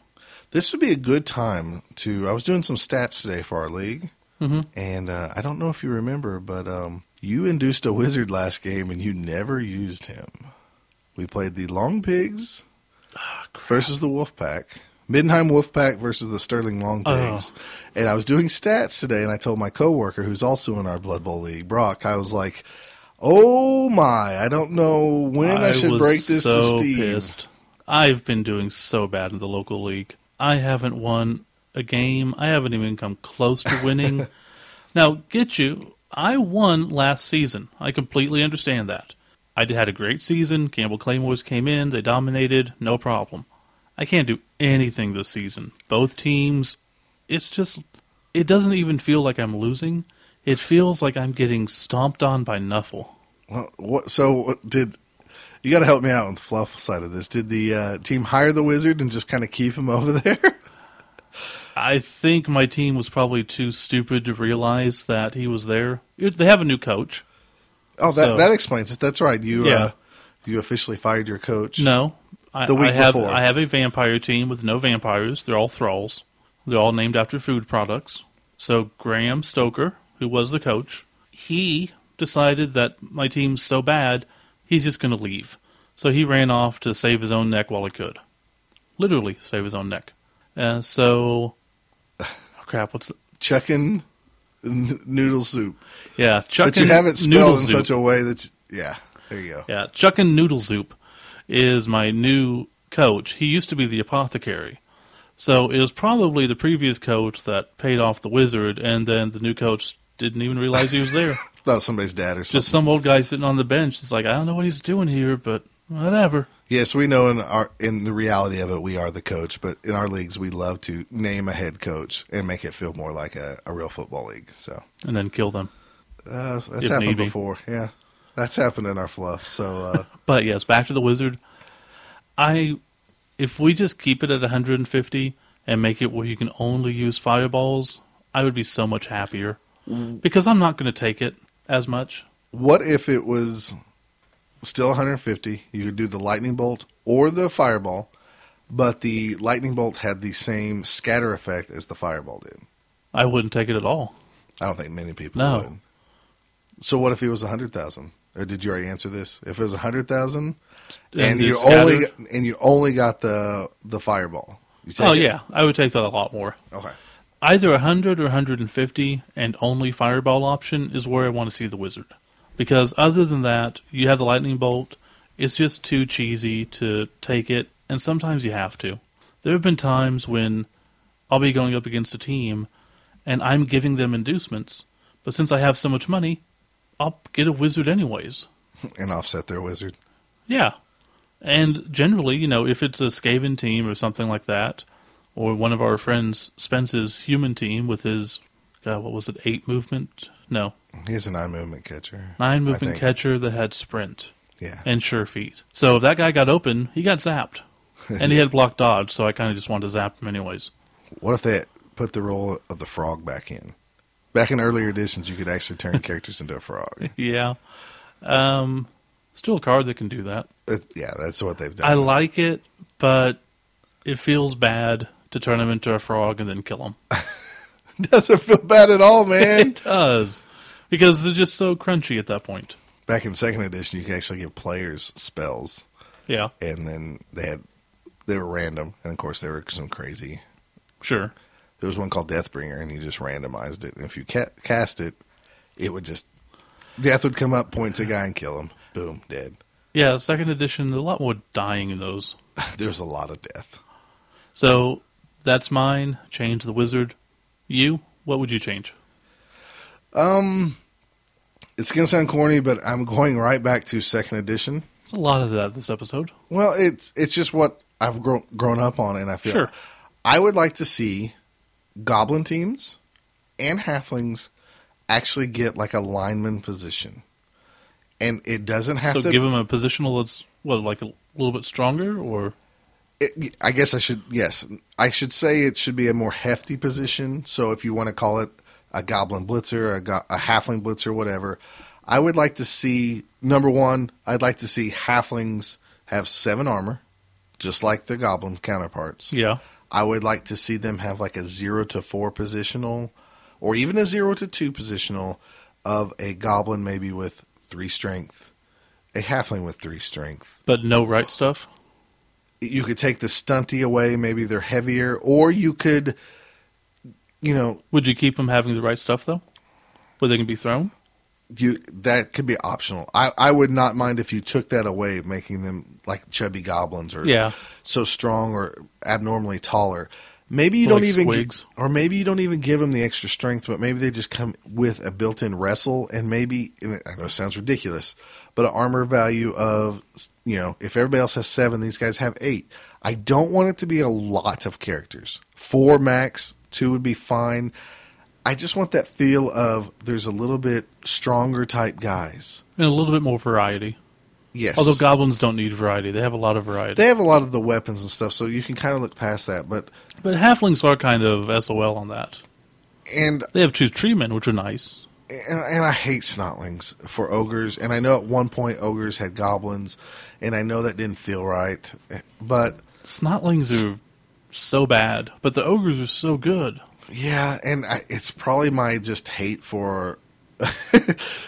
This would be a good time to. I was doing some stats today for our league, Mhm. and uh, I don't know if you remember, but um, you induced a wizard last game and you never used him. We played the Long Pigs versus the Wolf Pack, Middenheim Wolf Pack versus the Sterling Long Oh. Pigs. And I was doing stats today, and I told my coworker, who's also in our Blood Bowl league, Brock, I was like, "Oh my! I don't know when I, should was break this so to Steve." Pissed. I've been doing so bad in the local league. I haven't won a game. I haven't even come close to winning. now, get you, I won last season. I completely understand that. I did- had a great season. Campbell Claymores came in. They dominated. No problem. I can't do anything this season. Both teams, it's just, it doesn't even feel like I'm losing. It feels like I'm getting stomped on by Nuffle. Well, what, so what did you got to help me out on the fluff side of this? Did the uh, team hire the wizard and just kind of keep him over there? I think my team was probably too stupid to realize that he was there. It- They have a new coach. oh, that So- that explains it. That's right. You Yeah. uh, you officially fired your coach. No, I, The week I have before. I have a vampire team with no vampires. They're all thralls. They're all named after food products. So Graham Stoker, who was the coach, he decided that my team's so bad, he's just going to leave. So he ran off to save his own neck while he could, literally save his own neck. Uh, so, oh crap, what's the, chicken n- noodle soup. yeah? Chuck but you and have it Noodle spelled in Soup. such a way that's yeah. There you go. Yeah, Chuck and Noodle Soup is my new coach. He used to be the apothecary. So it was probably the previous coach that paid off the wizard, and then the new coach didn't even realize he was there. Thought somebody's dad or something. Just some old guy sitting on the bench. It's like, I don't know what he's doing here, but whatever. yes, we know in our in the reality of it, we are the coach. But in our leagues, we love to name a head coach and make it feel more like a, a real football league. So. And then kill them. Uh, that's If need happened be. before. Yeah, that's happened in our fluff. So uh, But yes, back to the wizard. I, if we just keep it at 150 and make it where you can only use fireballs, I would be so much happier because I'm not going to take it as much. what if it was still 150. You could do the lightning bolt or the fireball, but the lightning bolt had the same scatter effect as the fireball did. I wouldn't take it at all. I don't think many people No. would. So what if it was 100,000? Or Uh, did you already answer this? If it was 100,000 and, it's you only scattered. and you only got the the fireball. You take oh it? yeah, I would take that a lot more. Okay. Either 100 or 150 and only fireball option is where I want to see the wizard. Because other than that, you have the lightning bolt. It's just too cheesy to take it, and sometimes you have to. There have been times when I'll be going up against a team and I'm giving them inducements, but since I have so much money, I'll get a wizard anyways. And offset their wizard. Yeah. And generally, you know, if it's a Skaven team or something like that, or one of our friends Spence's human team with his, God, what was it, eight movement? No, He's an eye movement catcher. nine I movement think. catcher that had sprint Yeah. and sure feet. So if that guy got open, he got zapped. and he had block dodge, so I kind of just wanted to zap him anyways. What if they put the role of the frog back in? Back in earlier editions, you could actually turn characters into a frog. Yeah. Um, still a card that can do that. It- yeah, that's what they've done. I like it, but it feels bad to turn him into a frog and then kill him. Doesn't feel bad at all, man. It does. Because they're just so crunchy at that point. Back in second edition, you could actually give players spells, Yeah, and then they had they were random, and of course there were some crazy. sure. There was one called Deathbringer, and you just randomized it. And if you ca- cast it, it would just death would come up, point to a guy, and kill him. Boom, dead. Yeah, second edition, a lot more dying in those. There's a lot of death. So that's mine. Change the wizard. You, what would you change? It's gonna sound corny, but I'm going right back to second edition. It's a lot of that this episode. Well, it's it's just what I've grown grown up on, and I feel Sure. I would like to see goblin teams and halflings actually get like a lineman position, and it doesn't have So to. give him a positional that's, what, like a little bit stronger? Or, it, I guess I should yes, I should say it should be a more hefty position. So if you want to call it a goblin blitzer, a, go, a halfling blitzer, whatever, I would like to see number one. I'd like to see halflings have seven armor, just like their goblin counterparts. yeah, I would like to see them have like a zero to four positional, or even a zero to two positional of a goblin maybe with three strength, a halfling with three strength. but no right stuff? You could take the stunty away, maybe they're heavier, or you could, you know, Would you keep him having the right stuff, though? Where they can be thrown? you that could be optional. I I would not mind if you took that away, making them like chubby goblins or Yeah. so strong or abnormally taller. Maybe you Or don't like even, gi- squigs. or maybe you don't even give them the extra strength, but maybe they just come with a built-in wrestle, and maybe and I know it sounds ridiculous, but an armor value of you know if everybody else has seven, these guys have eight. I don't want it to be a lot of characters. Four max, two would be fine. I just want that feel of there's a little bit stronger type guys. And a little bit more variety. Yes, Although goblins don't need variety, they have a lot of variety. they have a lot of the weapons and stuff, so you can kind of look past that. But but halflings are kind of SOL on that. and They have two tree men, which are nice. and, and I hate snotlings for ogres. And I know at one point ogres had goblins, and I know that didn't feel right. But Snotlings are so bad, but the ogres are so good. yeah, and I, it's probably my just hate for.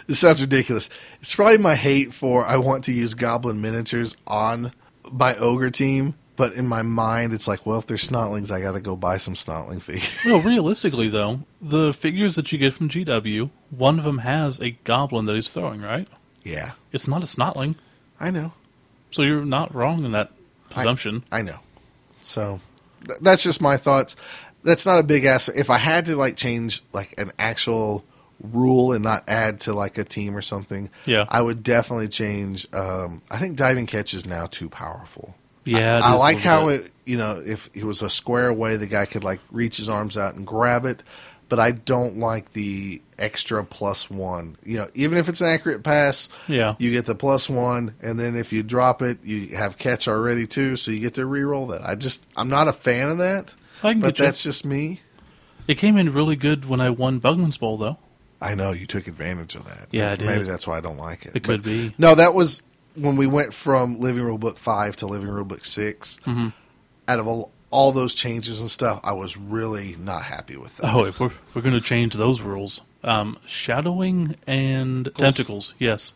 this sounds ridiculous. It's probably my hate for I want to use goblin miniatures on my ogre team, but in my mind it's like, well, if they're snotlings, I got to go buy some snotling figures. Well, realistically, though, the figures that you get from GW, one of them has a goblin that he's throwing, right? yeah, It's not a snotling, I know. so you're not wrong in that presumption. I know. So th- that's just my thoughts. That's not a big ass. If I had to like change like an actual rule and not add to like a team or something, Yeah. I would definitely change. Um, I think diving catch is now too powerful. yeah, it I is a like little how bit. it, you know, if it was a square away, the guy could like reach his arms out and grab it. But I don't like the extra plus one. You know, even if it's an accurate pass, Yeah. you get the plus one, and then if you drop it, you have catch already too, so you get to reroll that. I just, I'm not a fan of that. I can but get you. that's just me. It came in really good when I won Bugman's Bowl, though. I know you took advantage of that. Yeah, I did. Maybe that's why I don't like it. It could be. No, that was when we went from Living Rule Book Five to Living Rule Book 6 Mm-hmm. out of all, all those changes and stuff, I was really not happy with that. Oh, if we're, if we're going to change those rules. Um, shadowing and tentacles, yes.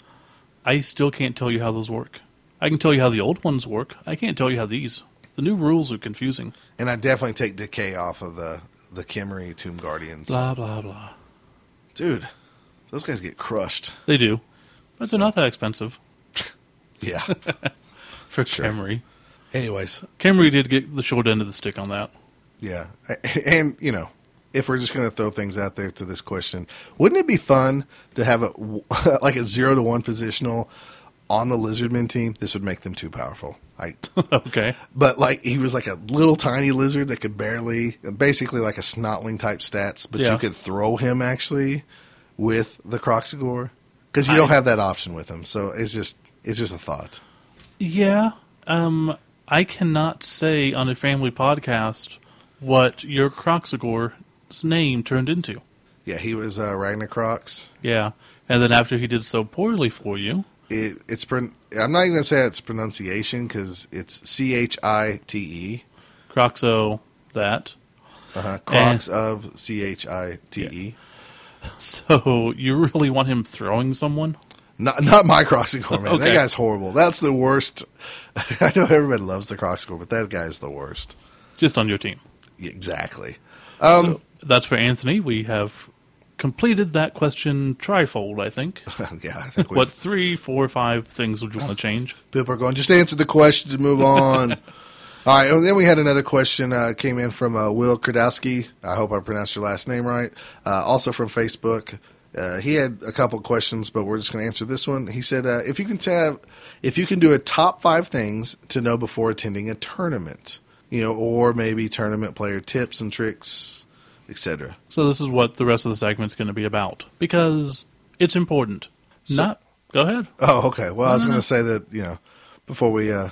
I still can't tell you how those work. I can tell you how the old ones work. I can't tell you how these. The new rules are confusing. and I definitely take Decay off of the the Kimmery Tomb Guardians, Blah, blah, blah. dude. Those guys get crushed. They do. But they're not that expensive Yeah. for Sure. Camry. Anyways, Camry did get the short end of the stick on that. Yeah, A- and you know, if we're just going to throw things out there to this question, wouldn't it be fun to have a w- like a zero to one positional on the lizardman team? This would make them too powerful. I, okay. but like he was like a little tiny lizard that could barely, basically like a snotling type stats, but Yeah. you could throw him actually with the Croxagore because you don't I- have that option with him. So it's just it's just a thought. Yeah. Um, I cannot say on a family podcast what your Croxagore's name turned into. Yeah, he was uh, Ragnar Crox. Yeah. And then after he did so poorly for you, it, it's pron- I'm not even gonna say it's pronunciation because it's C H I T E. Croxo that. Uh-huh. Crocs of C H I T E. So you really want him throwing someone? Not not my Croxicore man. Okay. That guy's horrible. That's the worst. I know everybody loves the Croxicore, but that guy's the worst. Just on your team. Yeah, Exactly. Um, That's for Anthony. We have completed that question trifold, I think. yeah, I think we, what three, four, five things would you want to change? people are going. Just answer the question to move on. All right, and then we had another question uh, came in from uh, Will Kradowski. I hope I pronounced your last name right. Uh, also from Facebook, uh, he had a couple questions, but we're just going to answer this one. He said, uh, "If you can have, if you can do a top five things to know before attending a tournament, you know, or maybe tournament player tips and tricks, etc." So this is what the rest of the segment's going to be about because it's important. Not go ahead. Oh, okay. Well, I was going to say that you know, before we uh,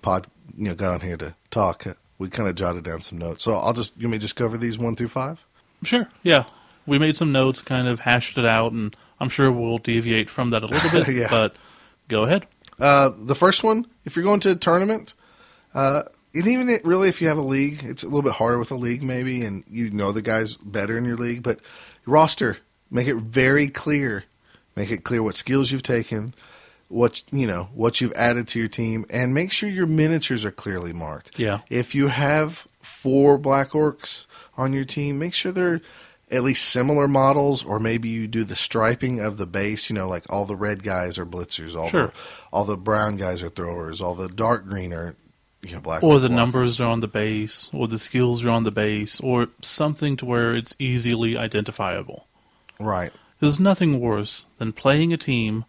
pod, you know, got on here to talk, uh, we kind of jotted down some notes. So I'll just you may just cover these one through five. Sure. Yeah. We made some notes, kind of hashed it out, and I'm sure we'll deviate from that a little bit. Yeah. But go ahead. Uh, the first one, if you're going to a tournament, uh, and even it, really if you have a league, it's a little bit harder with a league maybe, and you know the guys better in your league. But roster, make it very clear. Make it clear what skills you've taken, what you know, what you've added to your team, and make sure your miniatures are clearly marked. Yeah. If you have four black orcs on your team, make sure they're at least similar models, or maybe you do the striping of the base. You know, like all the red guys are blitzers, all Sure. the all the brown guys are throwers, all the dark green are you know black Or the block- numbers are on the base, or the skills are on the base, or something to where it's easily identifiable. Right. There's nothing worse than playing a team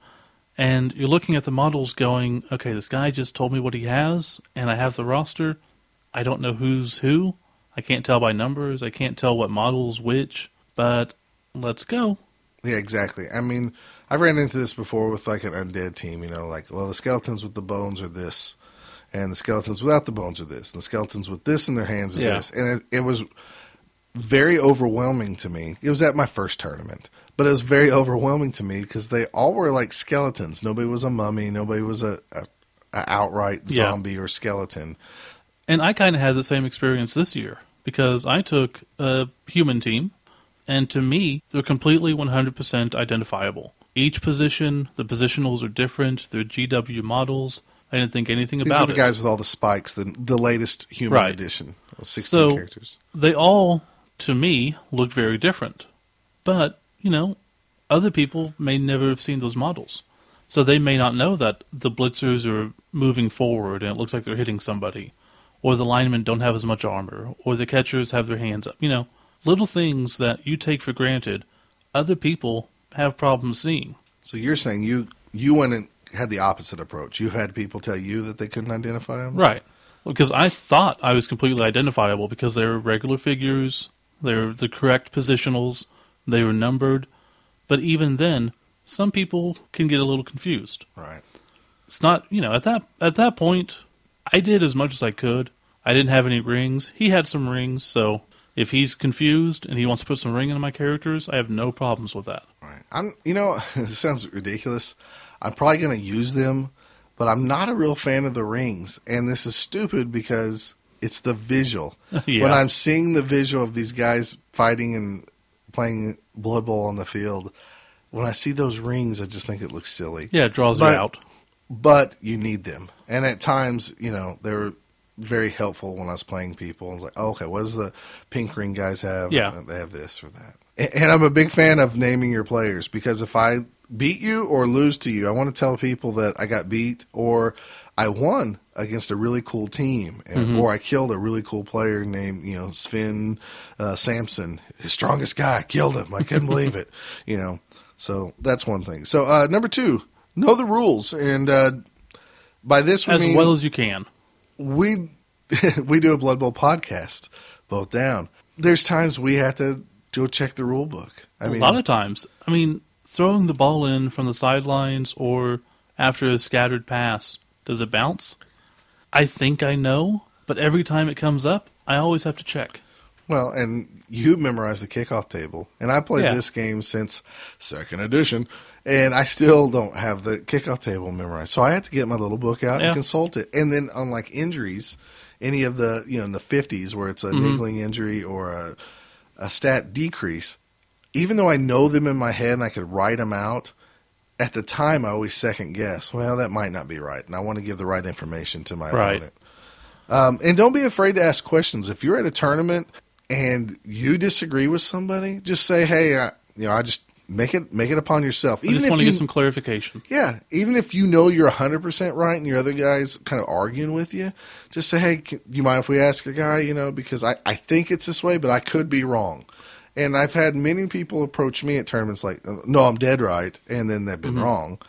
and you're looking at the models going, okay, this guy just told me what he has, and I have the roster. I don't know who's who. I can't tell by numbers. I can't tell what model's which, but let's go. Yeah, exactly. I mean, I've ran into this before with like an undead team. You know, like well, the skeletons with the bones are this, and the skeletons without the bones are this, and the skeletons with this in their hands are Yeah. this, and it, it was very overwhelming to me. It was at my first tournament, but it was very overwhelming to me because they all were like skeletons. Nobody was a mummy. Nobody was a, a, a outright Yeah. zombie or skeleton. And I kind of had the same experience this year because I took a human team, and to me, they're completely 100% identifiable. Each position, the positionals are different, they're GW models. I didn't think anything These about are the it. guys with all the spikes, the the latest human Right. edition, sixteen So- characters. they all, to me, look very different. But, you know, other people may never have seen those models. So they may not know that the blitzers are moving forward and it looks like they're hitting somebody, or the linemen don't have as much armor, or the catchers have their hands up. You know, little things that you take for granted, other people have problems seeing. So you're saying you you went and had the opposite approach. You had people tell you that they couldn't identify them. Right. Because I thought I was completely identifiable because they were regular figures, they were the correct positionals, they were numbered. But even then, some people can get a little confused. Right. It's not, you know, at that at that point, I did as much as I could. I didn't have any rings. He had some rings, so if he's confused and he wants to put some ring into my characters, I have no problems with that. Right. I'm. You know, this sounds ridiculous. I'm probably going to use them, But I'm not a real fan of the rings, and this is stupid because it's the visual. Yeah. When I'm seeing the visual of these guys fighting and playing Blood Bowl on the field, when I see those rings, I just think it looks silly Yeah, it draws But- you out. but you need them. And at times, you know, they were very helpful when I was playing people. I was like, oh, okay, what does the pink ring guys have? Uh, Yeah. They have this or that. A- And I'm a big fan of naming your players because if I beat you or lose to you, I want to tell people that I got beat or I won against a really cool team and, Mm-hmm. or I killed a really cool player named, you know, Sven uh, Sampson, his strongest guy, killed him. I couldn't believe it, you know. So that's one thing. So uh, number two, know the rules, and uh, by this we As mean well as you can. we we do a Blood Bowl podcast, both down. There's times we have to go check the rule book. I mean, a lot of times. I mean, throwing the ball in from the sidelines or after a scattered pass, does it bounce? I think I know, but every time it comes up, I always have to check. well, and you memorize the kickoff table, and I played Yeah. this game since second edition, and I still don't have the kickoff table memorized. So I had to get my little book out Yeah. and consult it. And then on like injuries, any of the you know in the 50s where it's a Mm-hmm. niggling injury or a a stat decrease, even though I know them in my head and I could write them out, at the time I always second guess. Well, that might not be right, and I want to give the right information to my Right. opponent. Um, and don't be afraid to ask questions. If you're at a tournament and you disagree with somebody, just say, "Hey, I, you know, I just make it make it upon yourself." I just if want to you, get some clarification. yeah, even if you know you're 100% right and your other guy's kind of arguing with you, just say, hey, can, you mind if we ask a guy, you know, because I, I think it's this way, but I could be wrong. And I've had many people approach me at tournaments like, "Uh, no, I'm dead right. And then they've been wrong.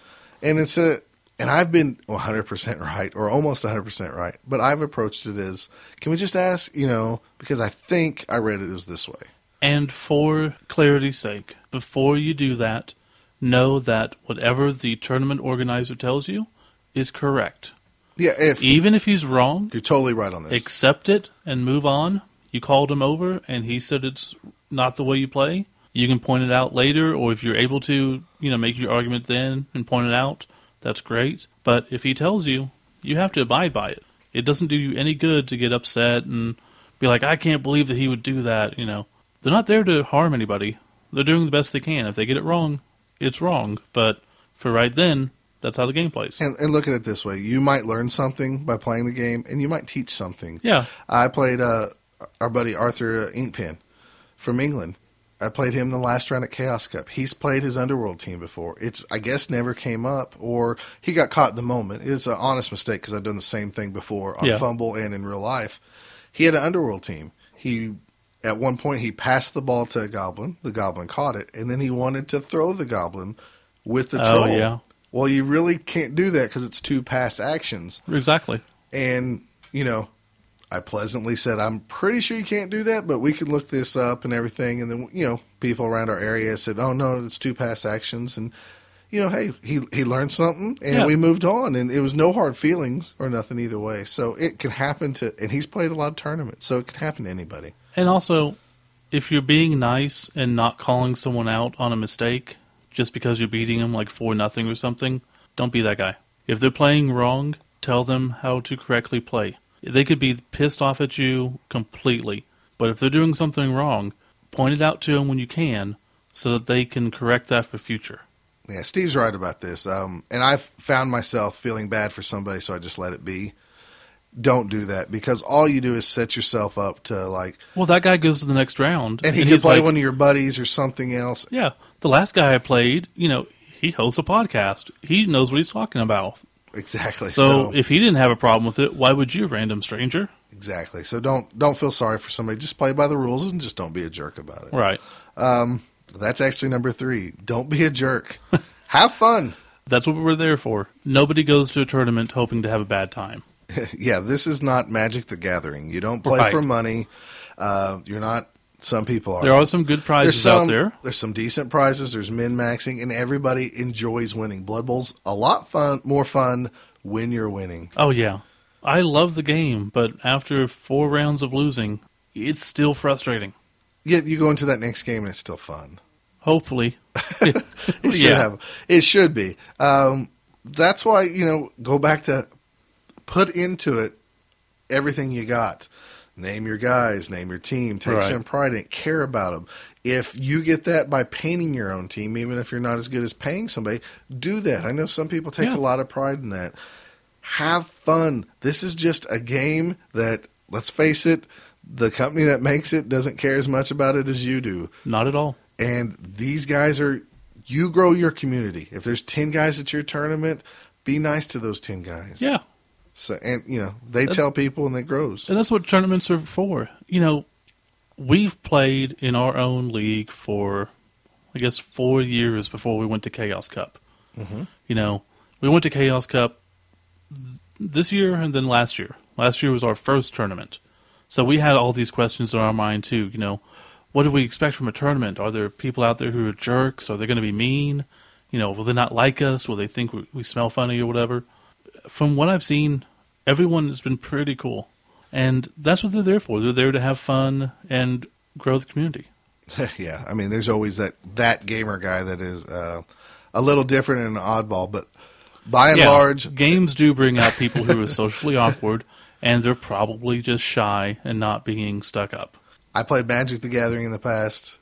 And it's a, and I've been 100% right or almost 100% right, but I've approached it as, can we just ask, you know, because I think I read it as this way. And for clarity's sake, before you do that, know that whatever the tournament organizer tells you is correct. Yeah, if Even if he's wrong, you're totally right on this. accept E it and move on. You called him over and he said it's not the way you play. You can point it out later, or if you're able to, you know, make your argument then and point it out. That's great. But if he tells you, you have to abide by it. It doesn't do you any good to get upset and be like, I can't believe that he would do that. You know, they're not there to harm anybody. They're doing the best they can. If they get it wrong, it's wrong. But for right then, that's how the game plays. And, and look at it this way: you might learn something by playing the game, and you might teach something. Yeah. I played uh, our buddy Arthur uh, Inkpen from England. I played him the last round at Chaos Cup. He's played his Underworld team before. It's I guess never came up, or he got caught in the moment. It's an honest mistake because I've done the same thing before on Yeah. fumble and in real life. He had an Underworld team. He at one point he passed the ball to a goblin. The goblin caught it, and then he wanted to throw the goblin with the Oh, troll. yeah. Well, you really can't do that because it's two past actions. Exactly. And, you know, I pleasantly said, I'm pretty sure you can't do that, but we could look this up and everything. And then, you know, people around our area said, oh, no, it's two past actions. And, you know, hey, he, he learned something and Yeah. we moved on. And it was no hard feelings or nothing either way. So it can happen to, and he's played a lot of tournaments, so it can happen to anybody. And also, if you're being nice and not calling someone out on a mistake just because you're beating them like four nothing or something, don't be that guy. If they're playing wrong, tell them how to correctly play. They could be pissed off at you completely, but if they're doing something wrong, point it out to them when you can so that they can correct that for future. Yeah, Steve's right about this. Um, and I've found myself feeling bad for somebody, so I just let it be. Don't do that because all you do is set yourself up to like, Well, that guy goes to the next round, and he he's could play like, one of your buddies or something else. Yeah, the last guy I played, you know, he hosts a podcast. He knows what he's talking about. Exactly. So, So, if he didn't have a problem with it, why would you, random stranger? exactly. So don't don't feel sorry for somebody. Just play by the rules and just don't be a jerk about it. Right. That's actually number three. Don't be a jerk. have fun. That's what we're there for. Nobody goes to a tournament hoping to have a bad time. yeah, this is not Magic the Gathering. You don't play Right. for money. Uh, you're not. Some people are. There are some good prizes some, out there. There's some decent prizes. There's min maxing, and everybody enjoys winning. Blood Bowl's a lot fun, more fun when you're winning. Oh yeah. I love the game, but after 4 rounds of losing, it's still frustrating. Yet you go into that next game and it's still fun. Hopefully. It should Yeah. have. It should be. Um, that's why you know go back to put into it everything you got name your guys name your team take Right. some pride in it care about them if you get that by painting your own team even if you're not as good as paying somebody do that i know some people take Yeah. a lot of pride in that have fun this is just a game that let's face it the company that makes it doesn't care as much about it as you do Not at all. and these guys are you grow your community if there's 10 guys at your tournament be nice to those 10 guys Yeah. so and you know they tell people and it grows And that's what tournaments are for. You know, we've played in our own league for, I guess, four years before we went to Chaos Cup. Mhm. You know, we went to Chaos Cup th- this year and then last year. Last year was our first tournament. So we had all these questions in our mind, too. You know, what do we expect from a tournament? Are there people out there who are jerks? Are they going to be mean? You know, will they not like us? Will they think we, we smell funny or whatever? From what I've seen, everyone has been pretty cool. And that's what they're there for. They're there to have fun and grow the community. yeah i mean there's always that that gamer guy that is uh, a little different and an oddball but by and large games do bring out people who are socially awkward, and they're probably just shy and not being stuck up. i played magic the gathering in the past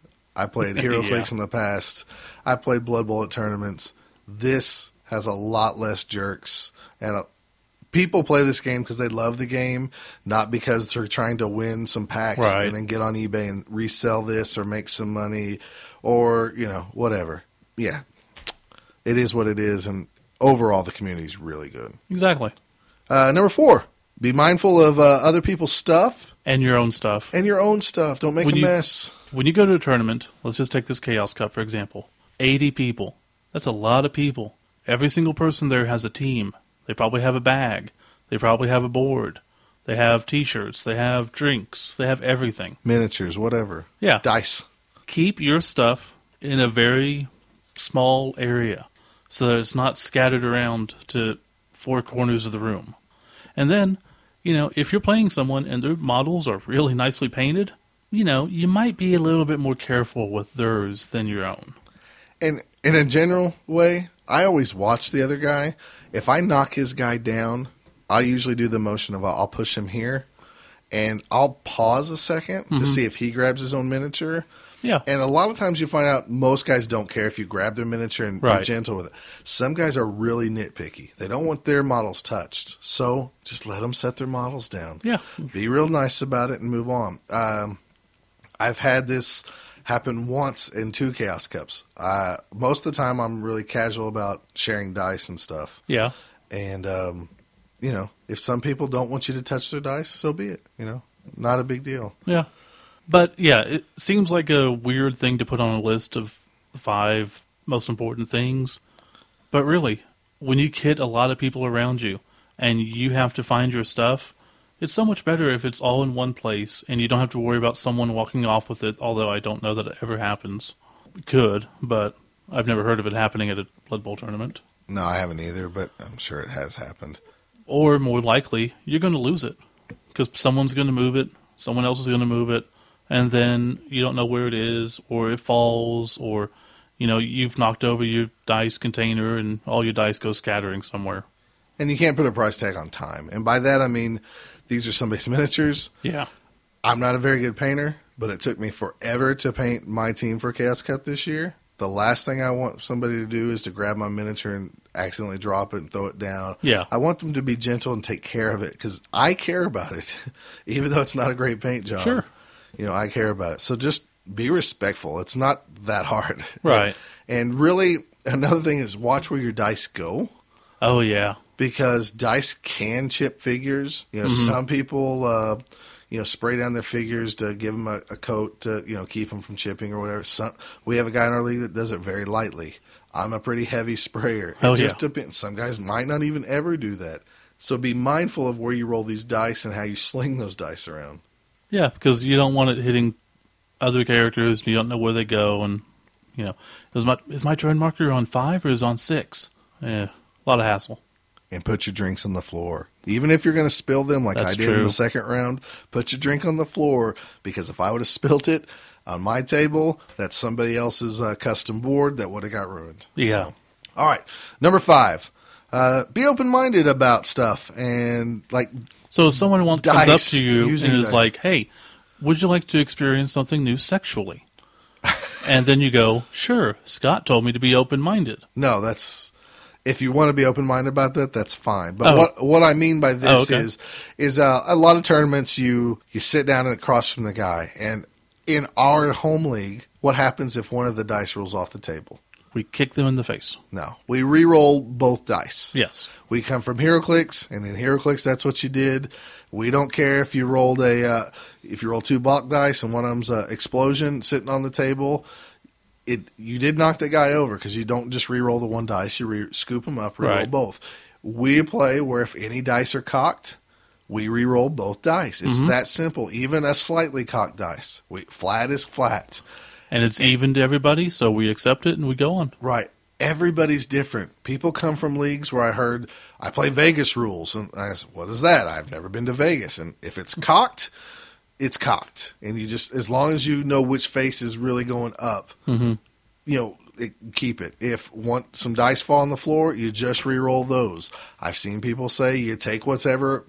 i played hero clicks in the past i played blood bowl at tournaments this has a lot less jerks and a, people play this game because they love the game, not because they're trying to win some packs Right. and then get on eBay and resell this or make some money or, you know, whatever. Yeah. It is what it is. And overall, the community is really good. Exactly. Uh, number four, be mindful of uh, other people's stuff And your own stuff. and your own stuff. Don't make When a you- mess. When you go to a tournament, let's just take this Chaos Cup for example 80 people. That's a lot of people. Every single person there has a team. They probably have a bag. They probably have a board. They have t shirts. They have drinks. They have everything. Miniatures, whatever. Yeah. Dice. keep your stuff in a very small area so that it's not scattered around to four corners of the room. And then, you know, if you're playing someone and their models are really nicely painted, you know, you might be a little bit more careful with theirs than your own. And in a general way, I always watch the other guy. If I knock his guy down, I usually do the motion of uh, I'll push him here, and I'll pause a 2nd Mm-hmm. to see if he grabs his own miniature. Yeah. And a lot of times you find out most guys don't care if you grab their miniature and be Right. gentle with it. Some guys are really nitpicky. They don't want their models touched. So just let them set their models down yeah. be real nice about it and move on. Um, I've had this happen once in two chaos cups. Uh, most of the time, I'm really casual about sharing dice and stuff. Yeah. And um, you know, if some people don't want you to touch their dice, so be it. You know, not a big deal. Yeah. But yeah, it seems like a weird thing to put on a list of five most important things. But really, when you kid a lot of people around you and you have to find your stuff, it's so much better if it's all in one place and you don't have to worry about someone walking off with it, although I don't know that it ever happens. It could, but I've never heard of it happening at a Blood Bowl tournament. No, I haven't either, but I'm sure it has happened. Or more likely, you're going to lose it because someone's going to move it, someone else is going to move it, and then you don't know where it is, or it falls, or you know you've knocked over your dice container and all your dice go scattering somewhere. And you can't put a price tag on time. And by that, I mean these are somebody's miniatures. Yeah, I'm not a very good painter, but it took me forever to paint my team for Chaos Cup this year. The last thing I want somebody to do is to grab my miniature and accidentally drop it and throw it down. Yeah. I want them to be gentle and take care of it because I care about it, even though it's not a great paint job. Sure. You know, I care about it. So just be respectful. It's not that hard. Right. And really, another thing is watch where your dice go oh yeah, because dice can chip figures. You know, Mm-hmm. some people, uh, you know, spray down their figures to give them a, a coat to you know keep them from chipping or whatever. Some we have a guy in our league that does it very lightly. I'm a pretty heavy sprayer. It Oh, yeah. just depends. Some guys might not even ever do that. So be mindful of where you roll these dice and how you sling those dice around. yeah, because you don't want it hitting other characters. and You don't know where they go, and you know is my is my turn marker on five or is it on six? Yeah, a lot of hassle. and put your drinks on the floor. Even if you're going to spill them like That's I did in true. the second round, put your drink on the floor because if I would have spilt it on my table, that's somebody else's uh, custom board that would have got ruined. Yeah. So, All right. Number five, Uh, be open minded about stuff and like So if someone wants, comes up Dice, to you and is using dice. like, "Hey, would you like to experience something new sexually?" and then you go, "Sure." Scott told me to be open-minded. no, that's if you want to be open minded about that, that's fine. But Oh. what what I mean by this Oh, okay. is is uh, a lot of tournaments you you sit down and across from the guy and in our home league, what happens if one of the dice rolls off the table? We kick them in the face. No, we re-roll both dice. Yes. We come from HeroClix, and in HeroClix, that's what you did. We don't care if you rolled a uh, if you roll two block dice and one of them's uh, explosion sitting on the table. It you did knock that guy over because you don't just re-roll the one dice; you re- scoop them up, re-roll Right. both. We play where if any dice are cocked, we re-roll both dice. It's that simple. Even a slightly cocked dice, we flat is flat. And it's even to everybody, so we accept it and we go on. Right. Everybody's different. People come from leagues where I heard I play Vegas rules, and I said, "What is that?" I've never been to Vegas, and if it's cocked, it's cocked, and you just as long as you know which face is really going up, you know, it, keep it. If want some dice fall on the floor, you just re-roll those. I've seen people say you take whatever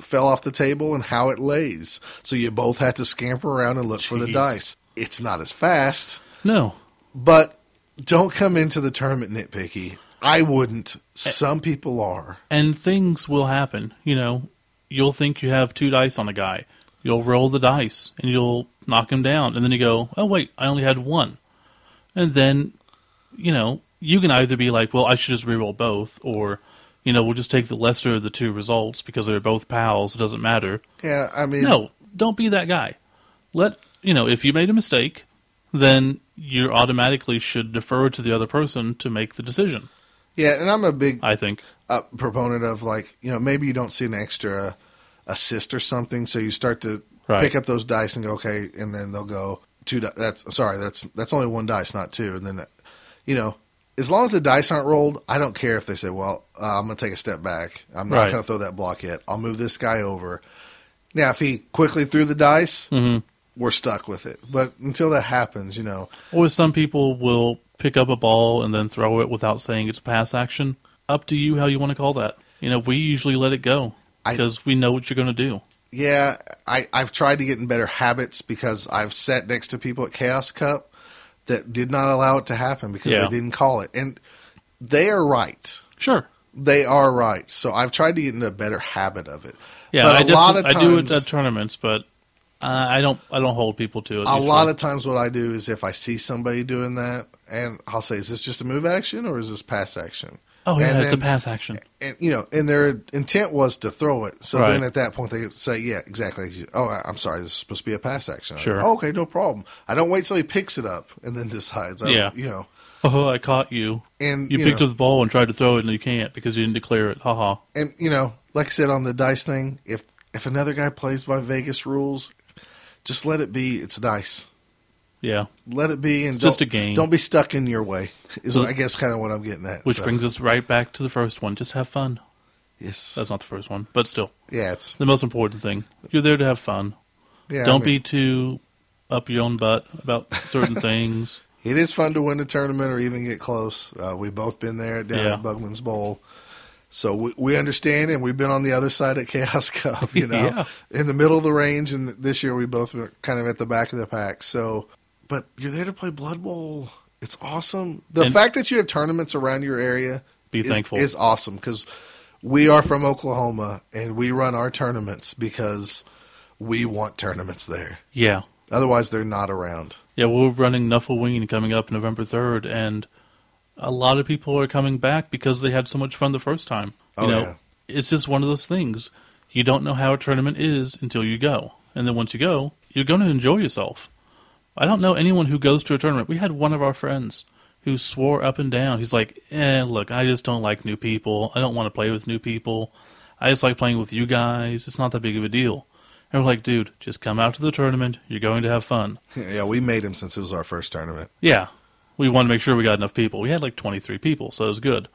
fell off the table and how it lays, so you both have to scamper around and look for the Jeez. dice. It's not as fast No. but don't come into the tournament nitpicky. I wouldn't. Eh. Some people are. And things will happen. You know, you'll think you have two dice on a guy. You'll roll the dice and you'll knock him down. And then you go, oh, wait, I only had one. And then, you know, you can either be like, well, I should just reroll both, or, you know, we'll just take the lesser of the two results because they're both pals. It doesn't matter. Yeah, I mean, No, don't be that guy. Let you know if you made a mistake, then you automatically should defer to the other person to make the decision. Yeah, and I'm a big I think. uh, proponent of like, you know, maybe you don't see an extra assist or something, so you start to Right. pick up those dice and go, okay, and then they'll go two. Di- that's sorry, that's that's only one dice, not two. And then, that, you know, as long as the dice aren't rolled, I don't care if they say, well, uh, I'm going to take a step back. I'm not Right. going to throw that block yet. I'll move this guy over. Now, if he quickly threw the dice, Mm-hmm. we're stuck with it. But until that happens, you know, Or some people will pick up a ball and then throw it without saying it's a pass action. Up to you how you want to call that. You know, we usually let it go I- because we know what you're going to do. yeah, I, I've tried to get in better habits because I've sat next to people at Chaos Cup that did not allow it to happen because Yeah. they didn't call it. And they are right. Sure. They are right. So I've tried to get in a better habit of it. Yeah, but I, a defi- lot of times, I do it at tournaments, but uh, I don't. I don't hold people to it. a usually. lot of times what I do is if I see somebody doing that and I'll say, is this just a move action or is this pass action? oh yeah, And it's a then- pass action. and you know, and their intent was to throw it. So Right. then at that point they say, "Yeah, exactly." Oh, I- I'm sorry. This is supposed to be a pass action. I go, Sure. "Oh, okay, no problem. I don't wait till he picks it up and then decides. I, Yeah. You know, Oh, I caught you. and You, you, picked know, up the ball and tried to throw it, and you can't because you didn't declare it. Haha. and you know, like I said on the dice thing, if if another guy plays by Vegas rules, just let it be. It's dice. Yeah. Let it be, and It's just don't- a game. Don't be stuck in your way. Is So- I guess kind of what I'm getting at. Which So, brings us right back to the first one. Just have fun. yes, That's not the first one, but still, yeah, it's the most important thing. You're there to have fun. yeah, I Don't mean- be too up your own butt about certain things. It is fun to win a tournament or even get close. Uh, we've both been there down Yeah. at Bugman's Bowl. So we, we understand, and we've been on the other side at Chaos Cup, you know, Yeah. in the middle of the range. And this year we both were kind of at the back of the pack. So, but you're there to play Blood Bowl. It's awesome. The And- fact that you have tournaments around your area Be is, thankful. is awesome because we are from Oklahoma and we run our tournaments because we want tournaments there. Yeah. Otherwise, they're not around. Yeah, we're running Nuffleween coming up November 3rd, and a lot of people are coming back because they had so much fun the first time. You Oh, know, yeah. it's just one of those things. You don't know how a tournament is until you go. And then once you go, you're going to enjoy yourself. I don't know anyone who goes to a tournament. We had one of our friends who swore up and down. He's like, eh, look, I just don't like new people. I don't want to play with new people. I just like playing with you guys. It's not that big of a deal. And we're like, dude, just come out to the tournament. You're going to have fun. yeah, we made him since it was our first tournament. Yeah. We wanted to make sure we got enough people. We had like 23 people, so it was good.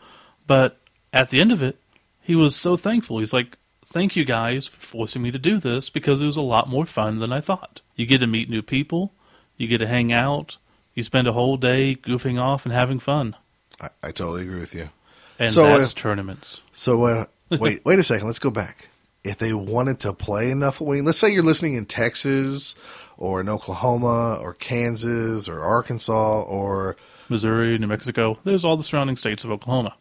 But at the end of it, he was so thankful. He's like, Thank you guys for forcing me to do this because it was a lot more fun than I thought. You get to meet new people, you get to hang out, you spend a whole day goofing off and having fun. I, I totally agree with you. and So, uh, that's tournaments. So uh, wait, wait a second. Let's go back. If they wanted to play Nuffleween, let's say you're listening in Texas or in Oklahoma or Kansas or Arkansas or Missouri, New Mexico. There's all the surrounding states of Oklahoma.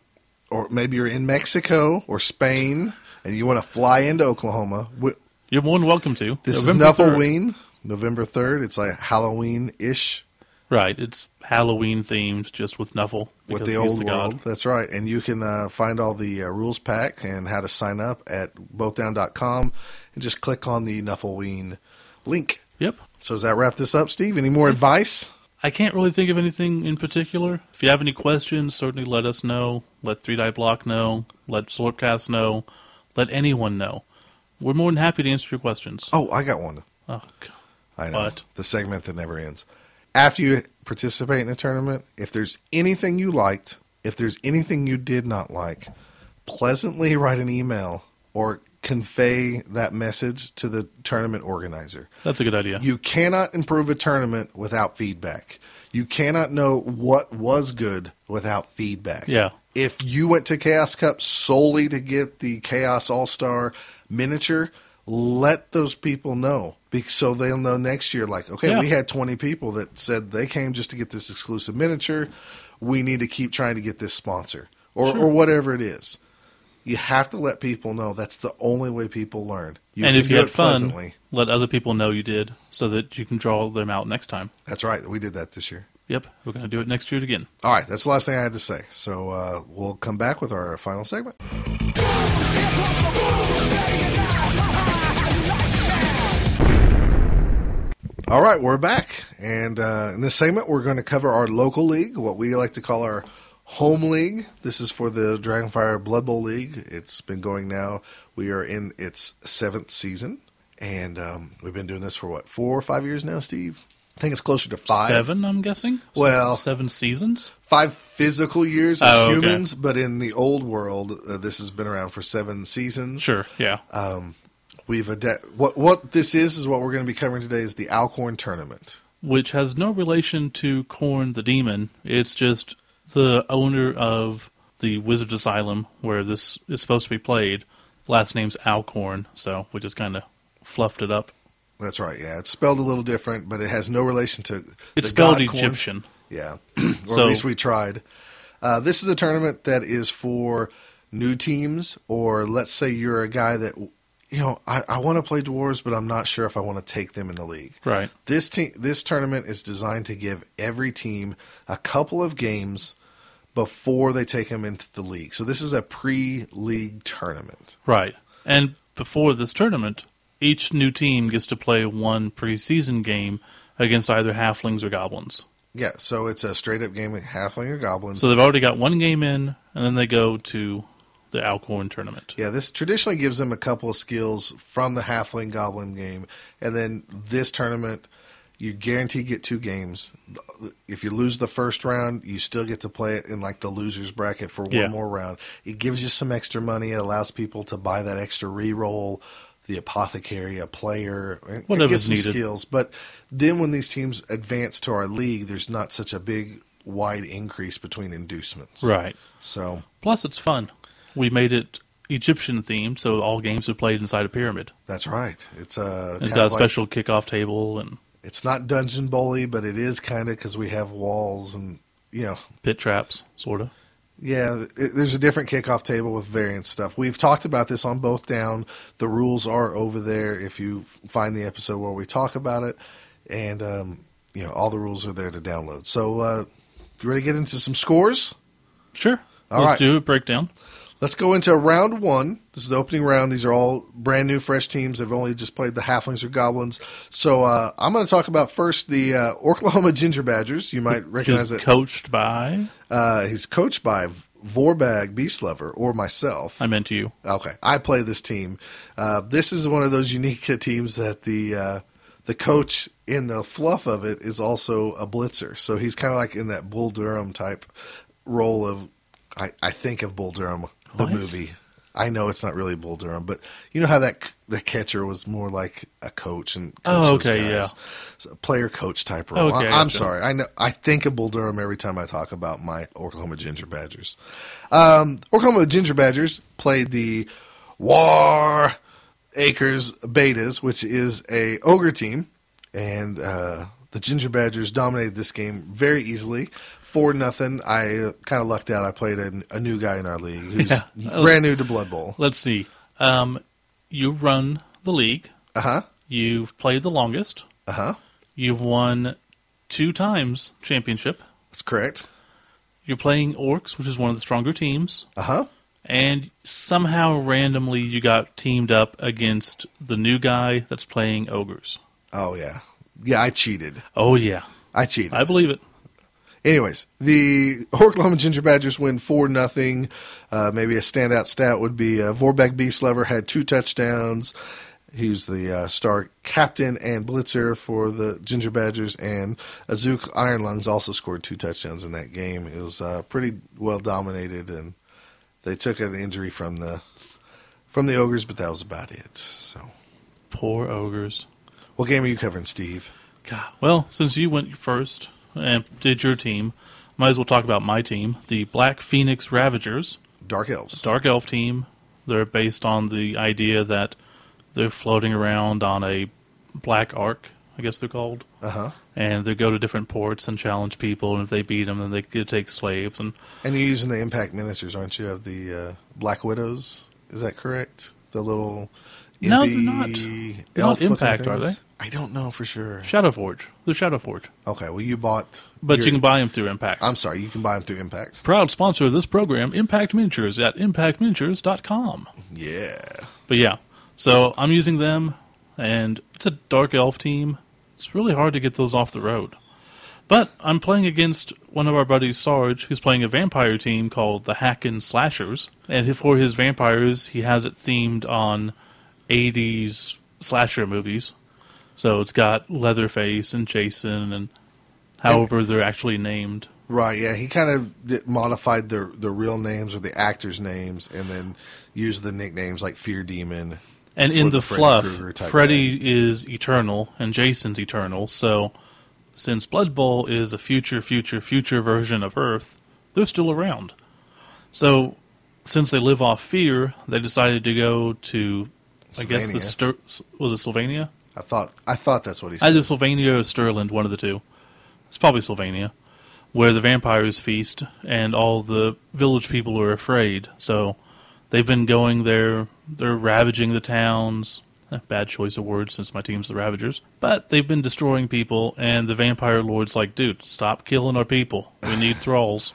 or maybe you're in Mexico or Spain and you want to fly into Oklahoma. wh- You're more than welcome to. This November is 3rd. Nuffleween, November third. It's like Halloween ish Right. It's Halloween themed, just with Nuffle. with because the he's old god. world. That's right. And you can uh, find all the uh, rules pack and how to sign up at boatdown.com and just click on the Nuffleween link. Yep. So does that wrap this up, Steve? Any more advice? I can't really think of anything in particular. If you have any questions, certainly let us know. Let Three Die Block know. Let Slorpcast know. Let anyone know. We're more than happy to answer your questions. Oh, I got one. Oh, God. I know What? the segment that never ends. After you participate in a tournament, if there's anything you liked, if there's anything you did not like, pleasantly write an email or convey that message to the tournament organizer. That's a good idea. You cannot improve a tournament without feedback. You cannot know what was good without feedback. Yeah. If you went to Chaos Cup solely to get the Chaos All Star miniature, let those people know be- so they'll know next year. Like, okay, Yeah. we had 20 people that said they came just to get this exclusive miniature. We need to keep trying to get this sponsor or, or whatever it is. You have to let people know. That's the only way people learn. and can if you do had it fun, let other people know you did so that you can draw them out next time. That's right. We did that this year. Yep. We're going to do it next year again. All right, that's the last thing I had to say. So uh, we'll come back with our final segment. All right, we're back, and uh, in this segment, we're going to cover our local league, what we like to call our home league. This is for the Dragonfire Blood Bowl League. It's been going now. We are in its seventh season, and um, we've been doing this for what four or five years now, Steve. I think it's closer to five Seven, I'm guessing? Well- seven seasons? five physical years as Oh, okay. humans, but in the old world, uh, this has been around for seven seasons. Sure. Yeah. We've ade- what what this is is what we're going to be covering today is the Alcorn tournament. which has no relation to Korn the Demon. It's just the owner of the Wizard Asylum where this is supposed to be played. Last name's Alcorn, so we just kind of fluffed it up. That's right. Yeah, it's spelled a little different, but it has no relation to It's the spelled god corn. Egyptian. Yeah, or So- at least we tried. Uh, this is a tournament that is for new teams, or let's say you're a guy that you know I, I want to play dwarves, but I'm not sure if I want to take them in the league. Right. This team, this tournament is designed to give every team a couple of games before they take them into the league. So this is a pre-league tournament. Right. And before this tournament, each new team gets to play one preseason game against either halflings or goblins. Yeah, so it's a straight-up game with halfling or goblins. So they've already got one game in, and then they go to the Alcorn tournament. yeah, this traditionally gives them a couple of skills from the halfling goblin game, and then this tournament, you guarantee get two games. If you lose the first round, you still get to play it in like the losers bracket for one Yeah. more round. It gives you some extra money. It allows people to buy that extra reroll, the apothecary, a player, and- and get Whatever's some needed. skills. But then when these teams advance to our league, there's not such a big wide increase between inducements. Right. So Plus, it's fun. We made it Egyptian themed, so all games are played inside a pyramid. that's right. It's a It's got kind a of like- special kickoff table and it's not dungeon bully, but it is kind of because we have walls and you know, pit traps, sort of. yeah. It, there's a different kickoff table with variant stuff. We've talked about this on both down. The rules are over there if you f- find the episode where we talk about it, and um, you know all the rules are there to download. So uh, you ready to get into some scores? Sure. All Let's right. do a breakdown. Let's go into round one. This is the opening round. These are all brand new, fresh teams. They've only just played the Halflings or Goblins. So uh, I'm going to talk about first the uh, Oklahoma Ginger Badgers. You might recognize Just that coached by, uh, he's coached by Vorbag Beast Lover or myself. I meant you. Okay, I play this team. Uh, this is one of those unique teams that the uh, the coach in the fluff of it is also a blitzer, so he's kind of like in that Bull Durham type role of I, I think of Bull Durham the What? movie. I know it's not really Bull Durham, but you know how that c- the catcher was more like a coach and coach Oh, those okay, guys. yeah. So, player coach type role. Okay, I, am gotcha. sorry. I know I think of Bull Durham every time I talk about my Oklahoma Ginger Badgers. Um, Oklahoma Ginger Badgers played the War Acres Betas, which is a ogre team, and uh, the Ginger Badgers dominated this game very easily. Four nothing. I uh, kind of lucked out. I played a, a new guy in our league who's Yeah, that was- brand new to Blood Bowl. Let's see. Um, you run the league. Uh huh. You've played the longest. Uh huh. You've won two times championship. That's correct. You're playing Orcs, which is one of the stronger teams. Uh huh. And somehow randomly you got teamed up against the new guy that's playing Ogres. Oh yeah. Yeah, I cheated. Oh, yeah. I cheated. I believe it. Anyways, the Oklahoma Ginger Badgers win 4 nothing. Uh, maybe a standout stat would be uh, Vorbeck Beastlever had two touchdowns. He's the uh, star captain and blitzer for the Ginger Badgers, and Azuk Ironlungs also scored two touchdowns in that game. It was uh, pretty well dominated, and they took an injury from the from the Ogres, but that was about it. So, Poor Ogres. what game are you covering, Steve? God. Well, since you went first and did your team, might as well talk about my team, the Black Phoenix Ravagers. Dark Elves. Dark Elf team. They're based on the idea that they're floating around on a black ark, I guess they're called. Uh huh. And they go to different ports and challenge people, and if they beat them, then they could take slaves. And And you're using the impact ministers, aren't you, of the uh, Black Widows? Is that correct? The little No, they're impy not. They're elf not looking impact, are things? they? I don't know for sure. Shadow Forge, the Shadow Forge, Okay, well you bought, but your- you can buy them through Impact. I'm sorry, you can buy them through Impact. proud sponsor of this program, Impact Miniatures at impactminiatures.com. Yeah, But yeah, so I'm using them, and it's a dark elf team. It's really hard to get those off the road. But I'm playing against one of our buddies, Sarge, who's playing a vampire team called the Hackin' Slashers. And for his vampires, he has it themed on 80s slasher movies. So it's got Leatherface and Jason and however they're actually named. right. Yeah, he kind of did, modified their the real names or the actors' names, and then used the nicknames like Fear Demon. And for in the, Freddy fluff, Krueger type Freddy is eternal and Jason's eternal. So, since Blood Bowl is a future, future, future version of Earth, they're still around. So, since they live off fear, they decided to go to, I guess the Ster- was it Sylvania? I thought I thought that's what he said. Either Sylvania or Stirland, one of the two. It's probably Sylvania, where the vampires feast and all the village people are afraid. So they've been going there. They're ravaging the towns. Eh, Bad choice of words since my team's the Ravagers. But they've been destroying people, and the vampire lord's like, dude, stop killing our people. We need thralls.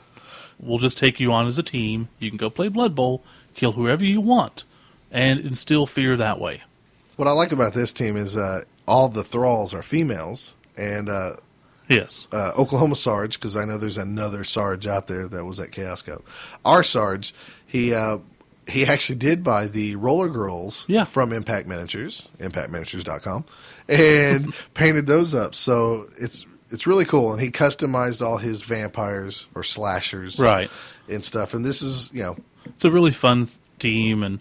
We'll just take you on as a team. You can go play Blood Bowl, kill whoever you want, and instill fear that way. What I like about this team is uh, all the thralls are females, and uh, Yes. uh, Oklahoma Sarge, because I know there's another Sarge out there that was at Chaos Cup. Our Sarge, he uh, he actually did buy the Roller Girls Yeah. from Impact Miniatures, impactminiatures.com, and painted those up. So it's it's really cool, and he customized all his vampires or slashers, Right. and stuff. And this is you know it's a really fun team and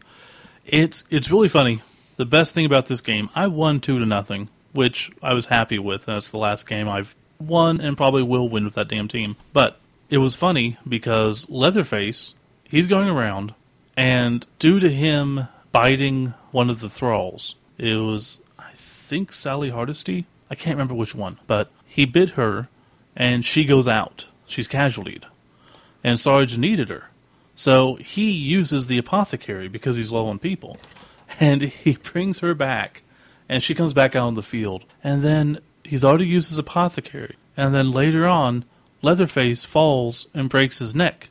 it's it's really funny the best thing about this game i won two to nothing which i was happy with and that's the last game i've won and probably will win with that damn team but it was funny because leatherface he's going around and due to him biting one of the thralls it was i think sally hardesty i can't remember which one but he bit her and she goes out she's casualtied and sarge needed her so he uses the apothecary because he's low on people. And he brings her back. And she comes back out on the field. And then he's already used his apothecary. And then later on, Leatherface falls and breaks his neck.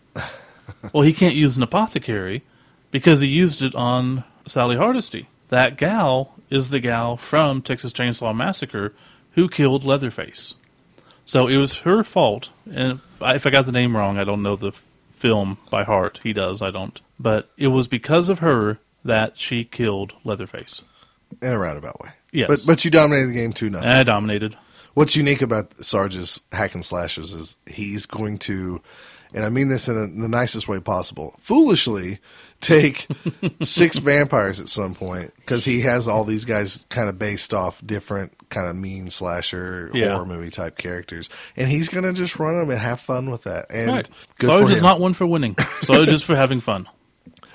well, he can't use an apothecary because he used it on Sally Hardesty. That gal is the gal from Texas Chainsaw Massacre who killed Leatherface. So it was her fault, and I- if I got the name wrong, I don't know the f- film by heart. He does, I don't. But it was because of her that she killed Leatherface. in a roundabout way. Yes. but but you dominated the game two nothing. And I dominated. What's unique about Sarge's hack and slashes is he's going to, and I mean this in, a, in the nicest way possible, foolishly take six vampires at some point because he has all these guys kind of based off different kind of mean slasher Yeah. horror movie type characters, and he's gonna just run them and have fun with that. And Right. good Sarge for is him. not one for winning. Sarge is for having fun.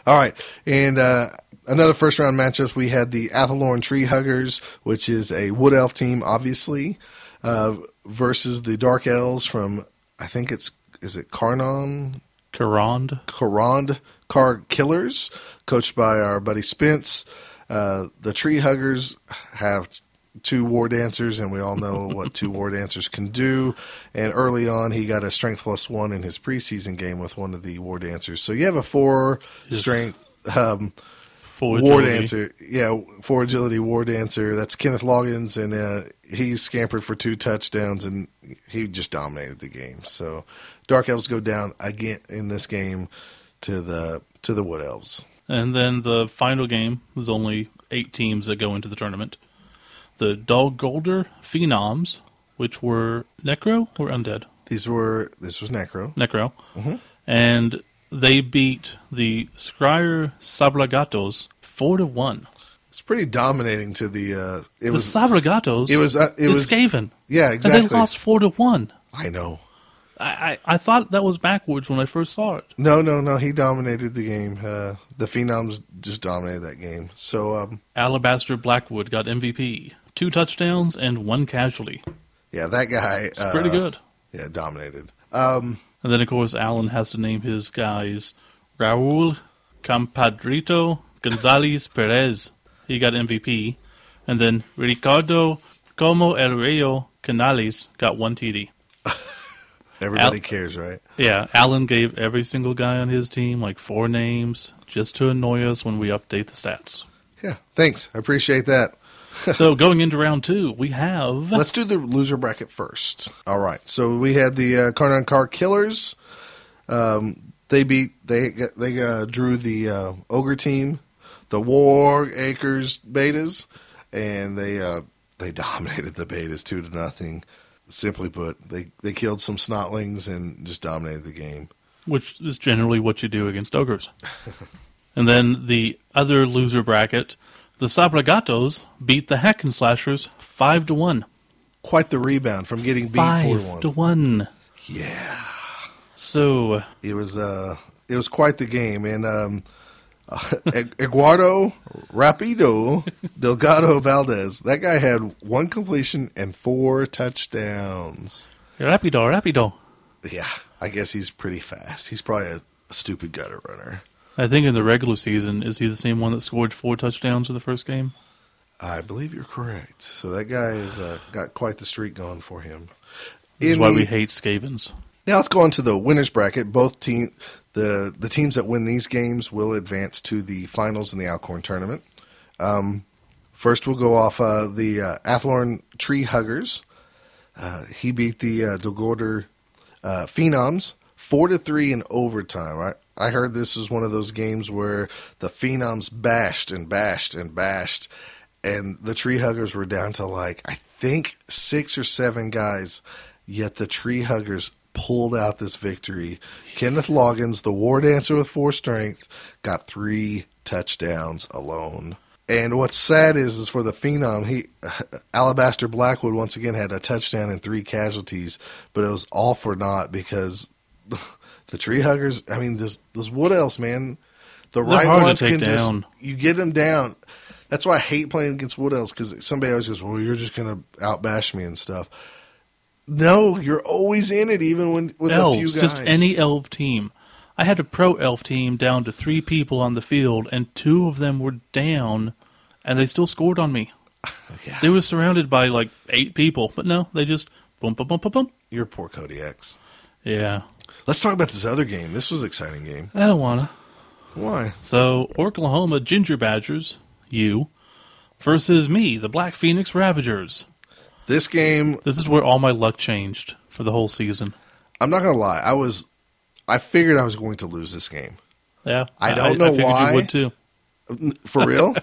All right, and uh, another first round matchup we had the Athelorn Tree Huggers, which is a Wood Elf team, obviously, uh, versus the Dark Elves from I think it's is it Carnon Karond. Corond Car Killers, coached by our buddy Spence. Uh, the Tree Huggers have two war dancers, and we all know what two war dancers can do. And early on, he got a strength plus one in his preseason game with one of the war dancers. So you have a four strength. Um, For war agility. dancer, yeah, four agility war dancer. That's Kenneth Loggins, and uh, he scampered for two touchdowns, and he just dominated the game. So, Dark Elves go down again in this game to the to the Wood Elves. And then the final game was only eight teams that go into the tournament. The Dog Golder Phenoms, which were Necro or Undead? These were this was Necro. Necro. Mm-hmm. And they beat the Scryer Sabragatos 4 to 1. It's pretty dominating to the. Uh, it The was Sabragatos it was uh, is it was Skaven. yeah And they exactly. lost 4 to 1. I know. I, I, I thought that was backwards when I first saw it. No, no, no. He dominated the game. Uh, the Phenoms just dominated that game. So um, Alabaster Blackwood got MVP. Two touchdowns and one casualty. yeah, that guy. It's pretty uh, good. Yeah, dominated. And then, of course, Allen has to name his guys Raul Campadrito Gonzalez Perez. He got MVP. And then Ricardo Como El Rayo Canales got one TD. Everybody Al- cares, right? Yeah, Allen gave every single guy on his team like four names just to annoy us when we update the stats. Yeah, thanks. I appreciate that. so going into round two, we have Let's do the loser bracket first. All right. So we had the uh, Carnon Car Killers. Um, they beat they they uh, drew the uh, ogre team, the War Acres Betas, and they uh, they dominated the Betas two to nothing. Simply put, they they killed some snotlings and just dominated the game. which is generally what you do against ogres. and then the other loser bracket, the Sabragatos beat the Hacken Slashers five to one. Quite the rebound from getting beat four Five one. to one. Yeah. So It was uh, it was quite the game, and um, E-, Eduardo Rapido Delgado Valdez. That guy had one completion and four touchdowns. rapido, rapido. Yeah, I guess he's pretty fast. He's probably a, stupid gutter runner. I think in the regular season, is he the same one that scored four touchdowns in the first game? I believe you're correct. So that guy has uh, got quite the streak going for him. This is In why the- we hate Skavens. Now let's go on to the winners bracket. Both team, the the teams that win these games will advance to the finals in the Alcorn tournament. Um, first, we'll go off uh, the uh, Athlorn Tree Huggers. Uh, he beat the uh, Dogorder uh, Phenoms four to three in overtime. I I heard this was one of those games where the Phenoms bashed and bashed and bashed, and the Tree Huggers were down to like I think six or seven guys. Yet the Tree Huggers pulled out this victory. Kenneth Loggins, the War Dancer with four strength, got three touchdowns alone. And what's sad is, is for the phenom, he Alabaster Blackwood once again had a touchdown and three casualties, but it was all for naught because the tree huggers. I mean, those those wood elves, man, the right hard to ones take can just down. you get them down. That's why I hate playing against wood elves because somebody always goes, "Well, you're just gonna outbash me and stuff." No, you're always in it, even when with a few Elves, guys. just any elf team. I had a pro elf team down to three people on the field, and two of them were down, and they still scored on me. Yeah. They were surrounded by like eight people, but no, they just boom, boom, boom, boom, boom. You're poor Cody X. Yeah, Let's talk about this other game. This was an exciting game. I don't wanna. Why? So Oklahoma Ginger Badgers, you versus me, the Black Phoenix Ravagers. This game This is where all my luck changed for the whole season. I'm not gonna lie. I was, I figured I was going to lose this game Yeah, I don't know I figured why. You would too. for real.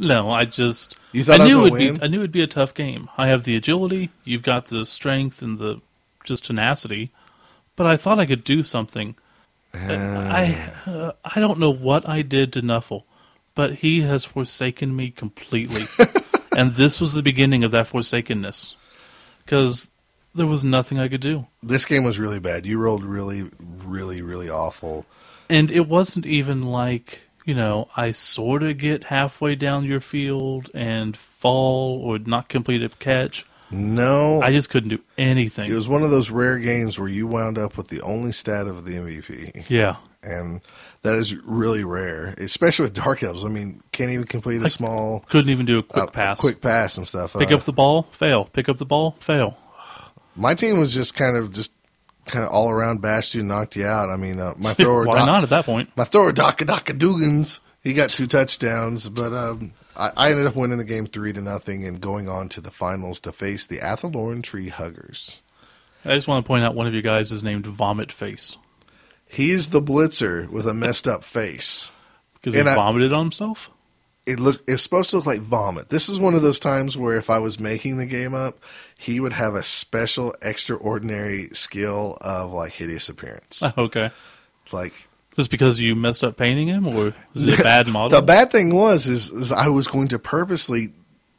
No, I just You thought I was knew gonna it'd be win? I knew it'd be a tough game. I have the agility, you've got the strength and the just tenacity, but I thought I could do something. Uh, I Ah. uh, I don't know what I did to Nuffle, but he has forsaken me completely, and this was the beginning of that forsakenness, because there was nothing I could do, This game was really bad. You rolled really, really, really awful. and it wasn't even like you know I sort of get halfway down your field and fall or not complete a catch. No, I just couldn't do anything. it was one of those rare games where you wound up with the only stat of the MVP, yeah. and that is really rare, especially with Dark Elves. I mean, can't even complete a small Couldn't even do a a- quick a pass. quick pass and stuff. Pick Uh, up the ball, fail. Pick up the ball, fail. my team was just kind of just kind of all around bashed you, knocked you out. I mean, uh, my thrower Why Doc- not at that point? my thrower Daka Daka Dugans. He got two touchdowns, but um, I, I ended up winning the game three to nothing and going on to the finals to face the Athelorn Tree Huggers. I just want to point out one of you guys is named Vomit Face He's the blitzer with a messed up face. because he And I- vomited on himself. It look it's supposed to look like vomit. This is one of those times where if I was making the game up, he would have a special extraordinary skill of like hideous appearance. Okay, like just because you messed up painting him, or is it a bad model? The bad thing was is, is I was going to purposely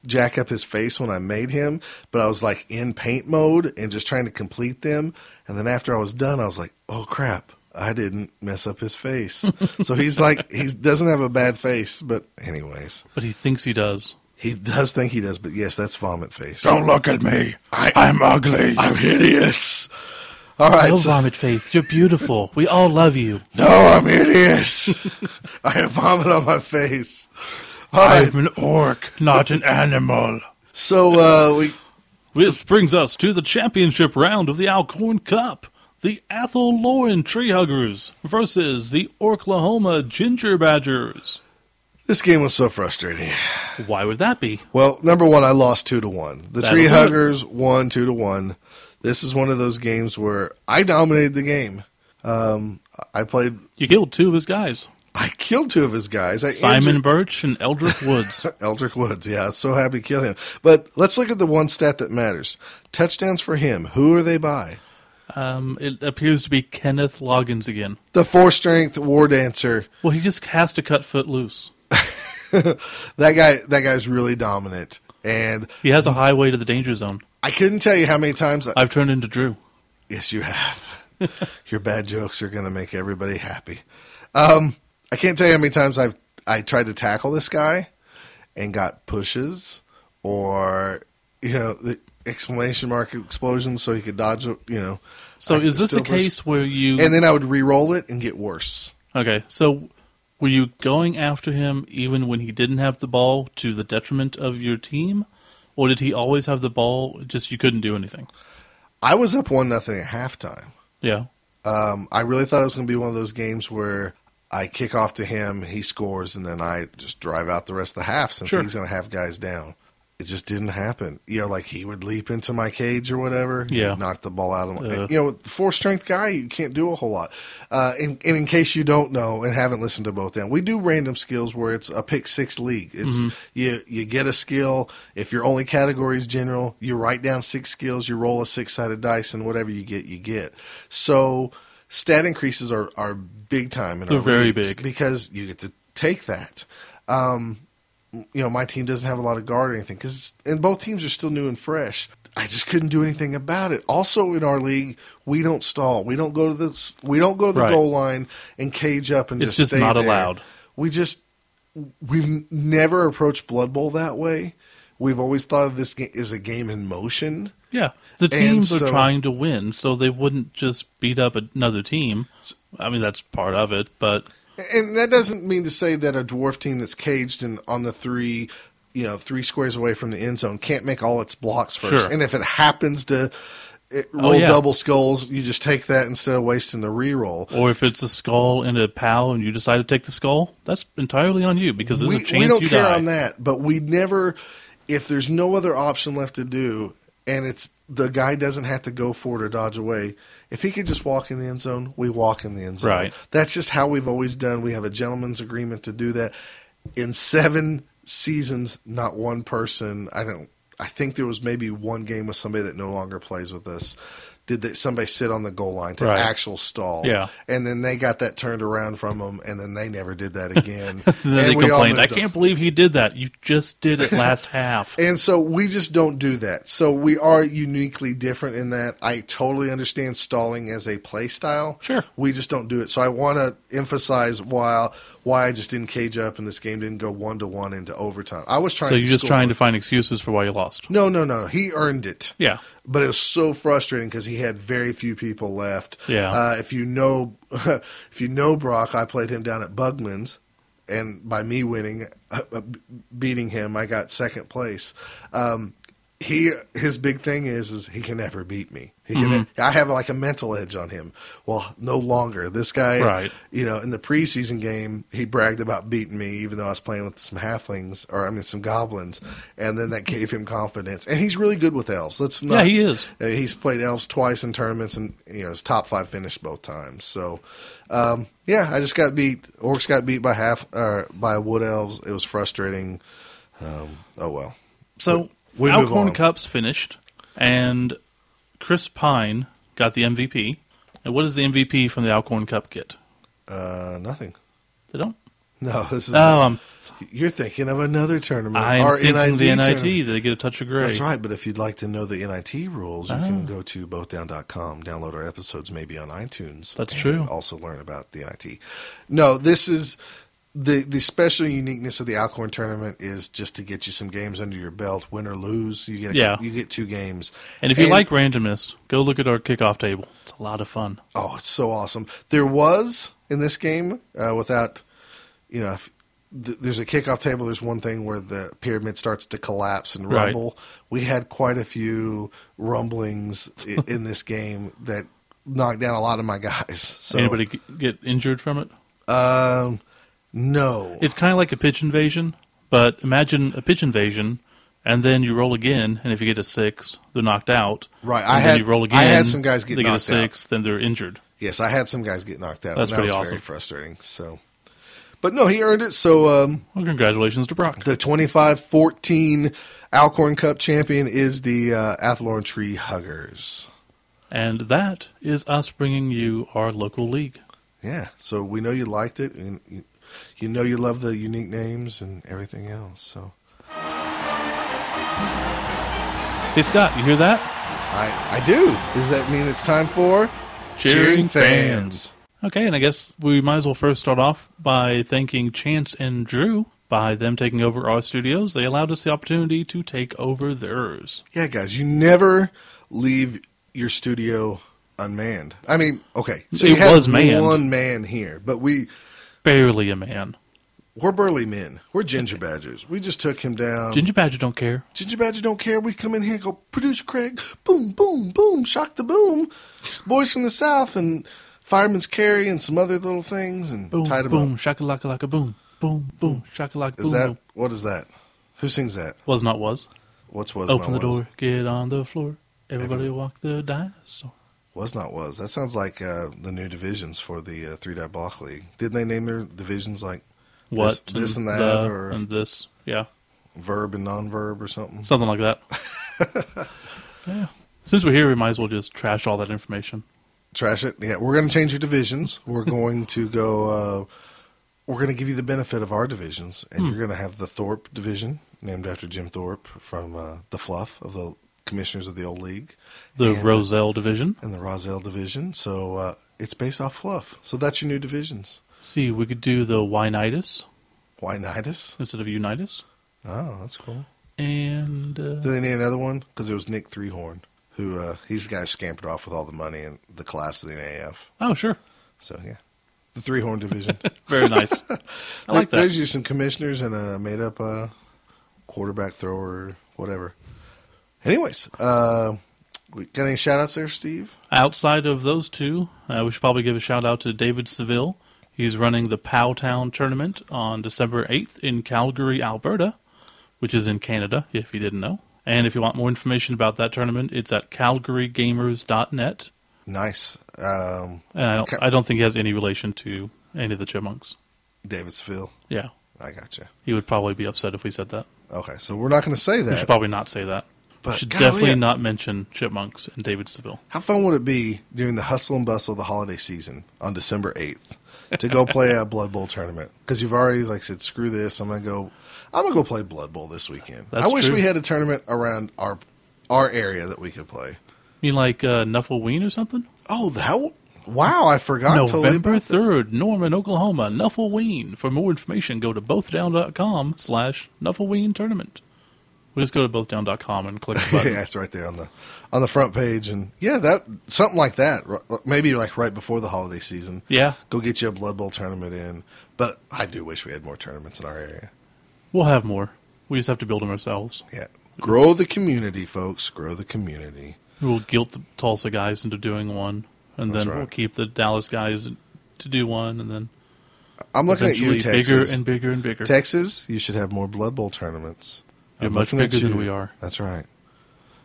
jack up his face when I made him, but I was like in paint mode and just trying to complete them. And then after I was done, I was like, "Oh crap, I didn't mess up his face." so he's like he doesn't have a bad face, but anyways, but he thinks he does. he does think he does. But yes, that's vomit face. look at me. I- I'm ugly. I'm hideous. All right, No, so- Vomit Face. You're beautiful. We all love you. no, I'm hideous. I have vomit on my face. All right, an orc, not an animal. so uh, we This brings us to the championship round of the Alcorn Cup. The Athel Lauren Tree Huggers versus the Oklahoma Ginger Badgers. this game was so frustrating. Why would that be? Well, number one, I lost two to one. The That'll do Tree it. Huggers won two to one. This is one of those games where I dominated the game. Um, I played. You killed two of his guys, I killed two of his guys. I Simon injured- Birch and Eldrick Woods. Eldrick Woods. Yeah, I was so happy to kill him. But let's look at the one stat that matters: touchdowns for him. Who are they by? um, it appears to be Kenneth Loggins again. The four strength war dancer. Well, he just has to cut foot loose. That guy. That guy's really dominant. And He has a highway to the danger zone. I couldn't tell you how many times. I, I've turned into Drew. Yes, you have. Your bad jokes are going to make everybody happy. Um, I can't tell you how many times I've I tried to tackle this guy and got pushes or you know the exclamation mark explosion so he could dodge. You know, So I is this a still push- case where you? And then I would re-roll it and get worse. okay, so were you going after him even when he didn't have the ball to the detriment of your team, or did he always have the ball? Just you couldn't do anything. I was up one nothing at halftime. Yeah. Um, I really thought it was going to be one of those games where I kick off to him, he scores, and then I just drive out the rest of the half since Sure. he's going to have guys down. It just didn't happen. You know, like he would leap into my cage or whatever. he'd Yeah. knock the ball out of my. Uh. You know, four strength guy, you can't do a whole lot. Uh, and, and in case you don't know and haven't listened to both them, we do random skills where it's a pick six league. It's Mm-hmm. you you get a skill. If your only category is general, you write down six skills. You roll a six sided dice, and whatever you get, you get. So stat increases are are big time in They're our very leagues big. because you get to take that you know my team doesn't have a lot of guard or anything because and both teams are still new and fresh. I just couldn't do anything about it. Also, in our league, we don't stall. We don't go to the s- we don't go to the Right. goal line and cage up and It's just, just stay not there. allowed. We just we've n- never approached Blood Bowl that way. We've always thought of this game as a game in motion. Yeah, the teams so- are trying to win, so they wouldn't just beat up another team. I mean, that's part of it, but And that doesn't mean to say that a dwarf team that's caged and on the three, you know, three squares away from the end zone can't make all its blocks first. Sure. Oh, And if it happens to it, roll yeah. double skulls, you just take that instead of wasting the reroll. or if it's a skull and a pal, and you decide to take the skull, that's entirely on you because there's We, a chance we don't you care die. on that, but we never. If there's no other option left to do, and it's the guy doesn't have to go for it or dodge away. If he could just walk in the end zone, we walk in the end zone. Right. That's just how we've always done. We have a gentleman's agreement to do that. In seven seasons, not one person. I don't. I think there was maybe one game with somebody that no longer plays with us. did that somebody sit on the goal line to Right. actual stall. Yeah. And then they got that turned around from them, and then they never did that again. And then And they we all complained, I moved on. can't believe he did that. You just did it last half. And so we just don't do that. So we are uniquely different in that I totally understand stalling as a play style. Sure. We just don't do it. So I want to emphasize why why I just didn't cage up and this game didn't go one to one into overtime. I was trying. So to you're just score. trying to find excuses for why you lost. No, no, no. He earned it. Yeah. But it was so frustrating because he had very few people left. Yeah. Uh, if you know, if you know Brock, I played him down at Bugman's, and by me winning, uh, beating him, I got second place. Um, he his big thing is is he can never beat me. He Mm-hmm. can. I have like a mental edge on him. Well, no longer. This guy, Right. you know, in the preseason game, he bragged about beating me, even though I was playing with some halflings or I mean some goblins, and then that gave him confidence. And he's really good with elves. Let's not. Yeah, he is. Uh, He's played elves twice in tournaments, and you know his top five finished both times. So, um, yeah, I just got beat. Orcs got beat by half uh, by wood elves. It was frustrating. Um, oh well. So We- we move Alcorn on. Cup's finished, and Chris Pine got the MVP. And what does the MVP from the Alcorn Cup get? Uh, nothing. They don't. No, this is. Oh, I'm, You're thinking of another tournament. I'm Our thinking the NIT. tournament. They get a touch of gray. That's right. But if you'd like to know the NIT rules, you Ah. can go to bothdown.com, download our episodes, maybe on iTunes. That's and true. Also learn about the NIT. No, this is the the special uniqueness of the Alcorn tournament is just to get you some games under your belt, win or lose. You get Yeah. you get two games. And if you like randomness, go look at our kickoff table. It's a lot of fun. Oh, it's so awesome. There was in this game uh, without, you know, if th- there's a kickoff table. There's one thing where the pyramid starts to collapse and Right. rumble. We had quite a few rumblings i- in this game that knocked down a lot of my guys. So, Anybody g- get injured from it? um, no, It's kind of like a pitch invasion, but imagine a pitch invasion, and then you roll again, and if you get a six, they're knocked out. Right, And I then had- you roll again. I had some guys get they get a knocked out. six, then they're injured. Yes, I had some guys get knocked out. That's and that pretty was awesome. Very frustrating. So, but no, he earned it. So, um, Well, congratulations to Brock. the 25-14 Alcorn Cup champion is the uh, Athlone Tree Huggers. And that is us bringing you our local league. Yeah. So we know you liked it, and you, you know you love the unique names and everything else. So Hey, Scott, you hear that? I, I do. Does that mean it's time for Okay, and I guess we might as well first start off by thanking Chance and Drew. By them taking over our studios, they allowed us the opportunity to take over theirs. Yeah, guys, you never leave your studio unmanned. I mean, okay, so It you had was manned. one man here, but we Barely a man. we're burly men. We're ginger badgers. We just took him down. Ginger Badger don't care. Ginger Badger don't care. We come in here and go, producer Craig, boom, boom, boom, shock the boom. Boys from the South and Fireman's Carry and some other little things and Boom, tied them boom, up. shakalaka laka boom, boom, boom, shakalaka Is boom. that, boom. what is that? Who sings that? was not was? What's was Open the not was? door, get on the floor. Everybody Everyone. walk the dinosaur. Was not was. That sounds like uh, the new divisions for the uh, Three Dot Block League. Didn't they name their divisions like What? this and that, the, or- and this. Yeah. verb and non-verb or something? Something like that. yeah. Since we're here, we might as well just trash all that information. Trash it. Yeah, we're going to change your divisions. We're going to go. Uh, we're going to give you the benefit of our divisions, and you're going to have the Thorpe division, named after Jim Thorpe from uh, the Fluff of the Commissioners of the Old League, The and, Roselle division. and the Roselle division. So uh, it's based off Fluff. So that's your new divisions. See, we could do the Winitis Wynitis. instead of Unitas. Oh, that's cool. And uh, Do they need another one? Because it was Nick Threehorn who uh, he's the guy who scampered off with all the money and the collapse of the NAF. oh, sure, So yeah, the Threehorn division. very nice. I like There's that. just some commissioners and a made up uh, quarterback thrower, whatever. Anyways, uh, we got any shout outs there, Steve? Outside of those two, uh, we should probably give a shout out to David Seville. He's running the Powtown tournament on December 8th in Calgary, Alberta, which is in Canada, if you didn't know. And if you want more information about that tournament, it's at calgarygamers.net. Nice. Um, And I don't, Okay. I don't think he has any relation to any of the chipmunks. Davidsville. Yeah, I got you. he would probably be upset if we said that. Okay, so we're not going to say We should that. probably not say that. But Should golly, definitely I- not mention Chipmunks and David Seville. How fun would it be during the hustle and bustle of the holiday season on December 8th to go play a Blood Bowl tournament? Because you've already like said, screw this. I'm gonna go. I'm gonna go play Blood Bowl this weekend. That's I wish true. we had a tournament around our our area that we could play. You mean like uh, Nuffleween or something? Oh, that w- wow! I forgot totally November about that. 3rd, Norman, Oklahoma, Nuffleween. For more information, go to bothdown.com slash Nuffleween tournament. We just go to bothdown.com and click the button. yeah, it's right there on the on the front page, and yeah, that something like that. r- uh, Maybe like right before the holiday season. yeah, Go get you a Blood Bowl tournament in. But I do wish we had more tournaments in our area. we'll have more. We just have to build them ourselves. Yeah. Grow the community, folks. Grow the community. We'll guilt the Tulsa guys into doing one, and That's then right. we'll keep the Dallas guys to do one, and then I'm looking at eventually you, bigger Texas. and bigger and bigger. Texas, you should have more Blood Bowl tournaments. You're I'm much looking at bigger you. than we are. That's right.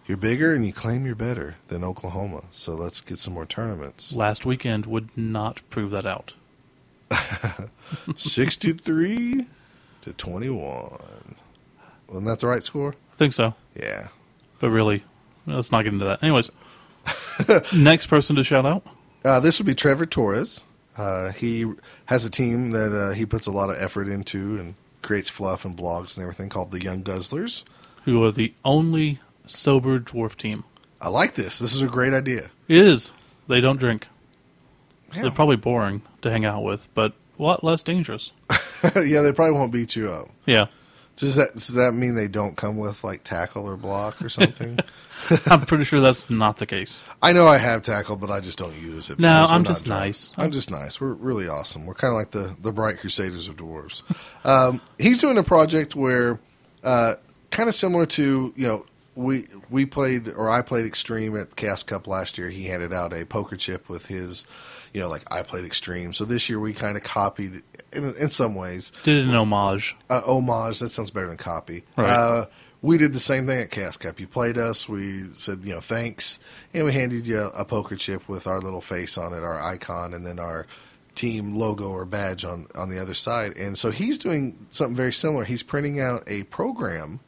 You're bigger and you claim you're better than Oklahoma. So let's get some more tournaments. Last weekend would not prove that out. 63 to 21. Wasn't that the right score? I think so, Yeah. but really, let's not get into that. Anyways, next person to shout out. Uh, this would be Trevor Torres. Uh, he has a team that uh, he puts a lot of effort into and creates fluff and blogs and everything called the Young Guzzlers. who are the only sober dwarf team. I like this. This is a great idea. It is. They don't drink. So Yeah. They're probably boring to hang out with, but a lot less dangerous. yeah, they probably won't beat you up. Yeah. Does that does that mean they don't come with like tackle or block or something? I'm pretty sure that's not the case. I know I have tackle, but I just don't use it. No, because we're I'm not just drunk. nice. I'm just nice. We're really awesome. We're kind of like the the bright crusaders of dwarves. um, he's doing a project where, uh, kind of similar to you know we we played or I played extreme at Chaos Cup last year. He handed out a poker chip with his, you know, like I played extreme. So this year we kind of copied in in some ways. Did an homage. uh, homage. That sounds better than copy. Right. Uh, we did the same thing at Cast Cup. You played us. We said, you know, thanks, and we handed you a, a poker chip with our little face on it, our icon, and then our team logo or badge on on the other side. And so he's doing something very similar. He's printing out a program,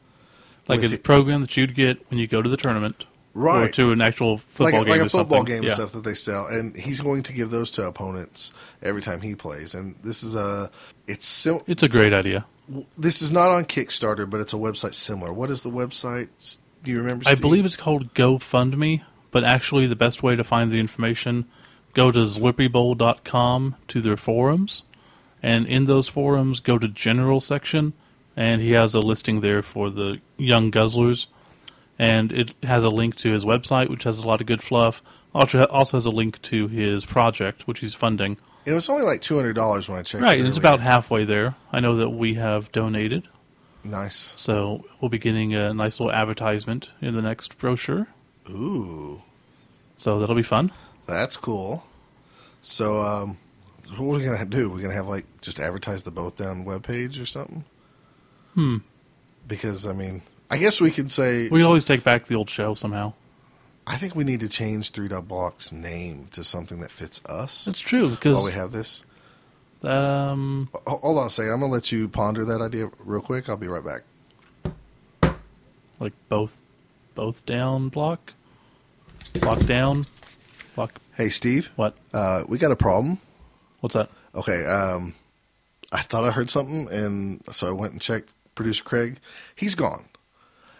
Like With a it- program that you'd get when you go to the tournament. Or Right. to an actual like a, football game. like or a football something. game yeah. and stuff that they sell, and he's going to give those to opponents every time he plays. And this is a it's sim- It's a great idea. this is not on Kickstarter, but it's a website similar. What is the website? Do you remember? I Steve? believe it's called GoFundMe, but actually the best way to find the information, go to zlippybowl.com to their forums, and in those forums go to general section, and he has a listing there for the young guzzlers, and it has a link to his website, which has a lot of good fluff. Also also has a link to his project, which he's funding. It was only like two hundred dollars when I checked. Right, and it's earlier. about halfway there. I know that we have donated, nice. so we'll be getting a nice little advertisement in the next brochure. Ooh, So that'll be fun. that's cool. So, um, so what are we gonna do? We're gonna have like just advertise the boat down webpage or something. Hmm. Because I mean, I guess we could say We can always take back the old show somehow. I think we need to change Three Dot Block's name to something that fits us. That's true While we because have this, um, Ho- hold on a second. I'm gonna let you ponder that idea real quick. I'll be right back. like both, both down block, block down, block. Hey, Steve, What? uh, we got a problem. What's that? Okay, um, I thought I heard something, and so I went and checked producer Craig. He's gone.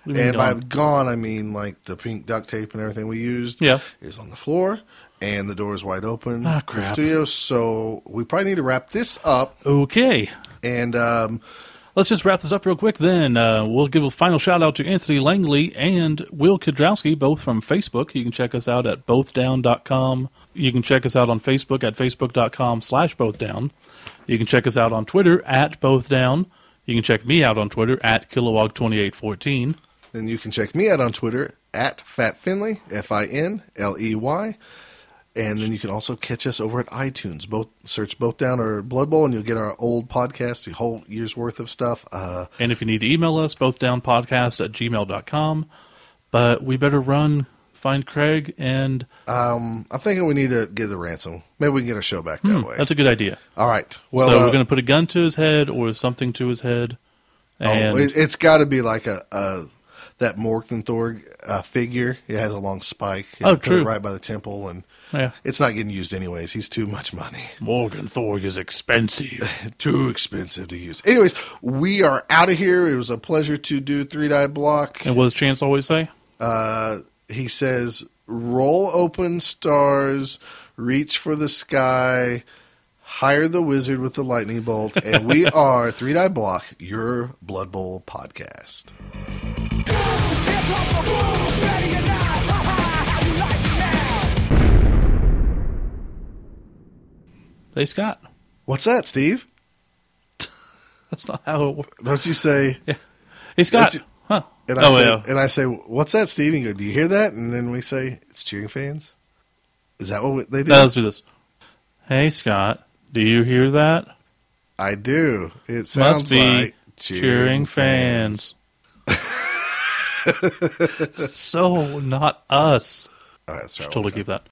What do you mean And by gone? gone, I mean like the pink duct tape and everything we used Yeah. is on the floor, and the door is wide open. Ah, to the crap. studio, so we probably need to wrap this up. Okay, And um, let's just wrap this up real quick. Then uh, we'll give a final shout out to Anthony Langley and Will Kudrowski, both from Facebook. You can check us out at bothdown.com. You can check us out on Facebook at facebook.com slash bothdown. You can check us out on Twitter at bothdown. You can check me out on Twitter at kilowog2814. then you can check me out on Twitter at Fat Finley F I N L E Y. And then you can also catch us over at iTunes. Both search both down or Blood Bowl, and you'll get our old podcast, the whole year's worth of stuff. Uh, And if you need to email us, both downpodcast at gmail.com. But we better run, find Craig, and I'm thinking we need to get the ransom. Maybe we can get our show back that way. Hmm. that's a good idea. All right. Well, so uh, we're going to put a gun to his head or something to his head. And oh, it, it's got to be like a, a that Morgenthorg uh, figure. It has a long spike. He Oh, put it true. right by the temple, and Yeah. it's not getting used anyways. He's too much money, Morgenthorg is expensive. too expensive to use. Anyways, we are out of here. It was a pleasure to do three die block. and what does Chance always say? Uh, he says, "Roll open stars, reach for the sky." Hire the wizard with the lightning bolt, and we are Three Die Block, your Blood Bowl podcast. Here comes the boom, ready or not. Ha ha, how you like it now? Hey, Scott. What's that, Steve? That's not how it works. Don't you say? Hey, Scott. That's- Huh. And I oh, say, yeah. and I say, what's that, Steve? And you go, do you hear that? And then we say, it's cheering fans. Is that what we- they do? No, let's do this. Hey, Scott. Do you hear that? I do. It sounds Must be like cheering, fans. so not us. All right, let's try one more Totally time. keep that.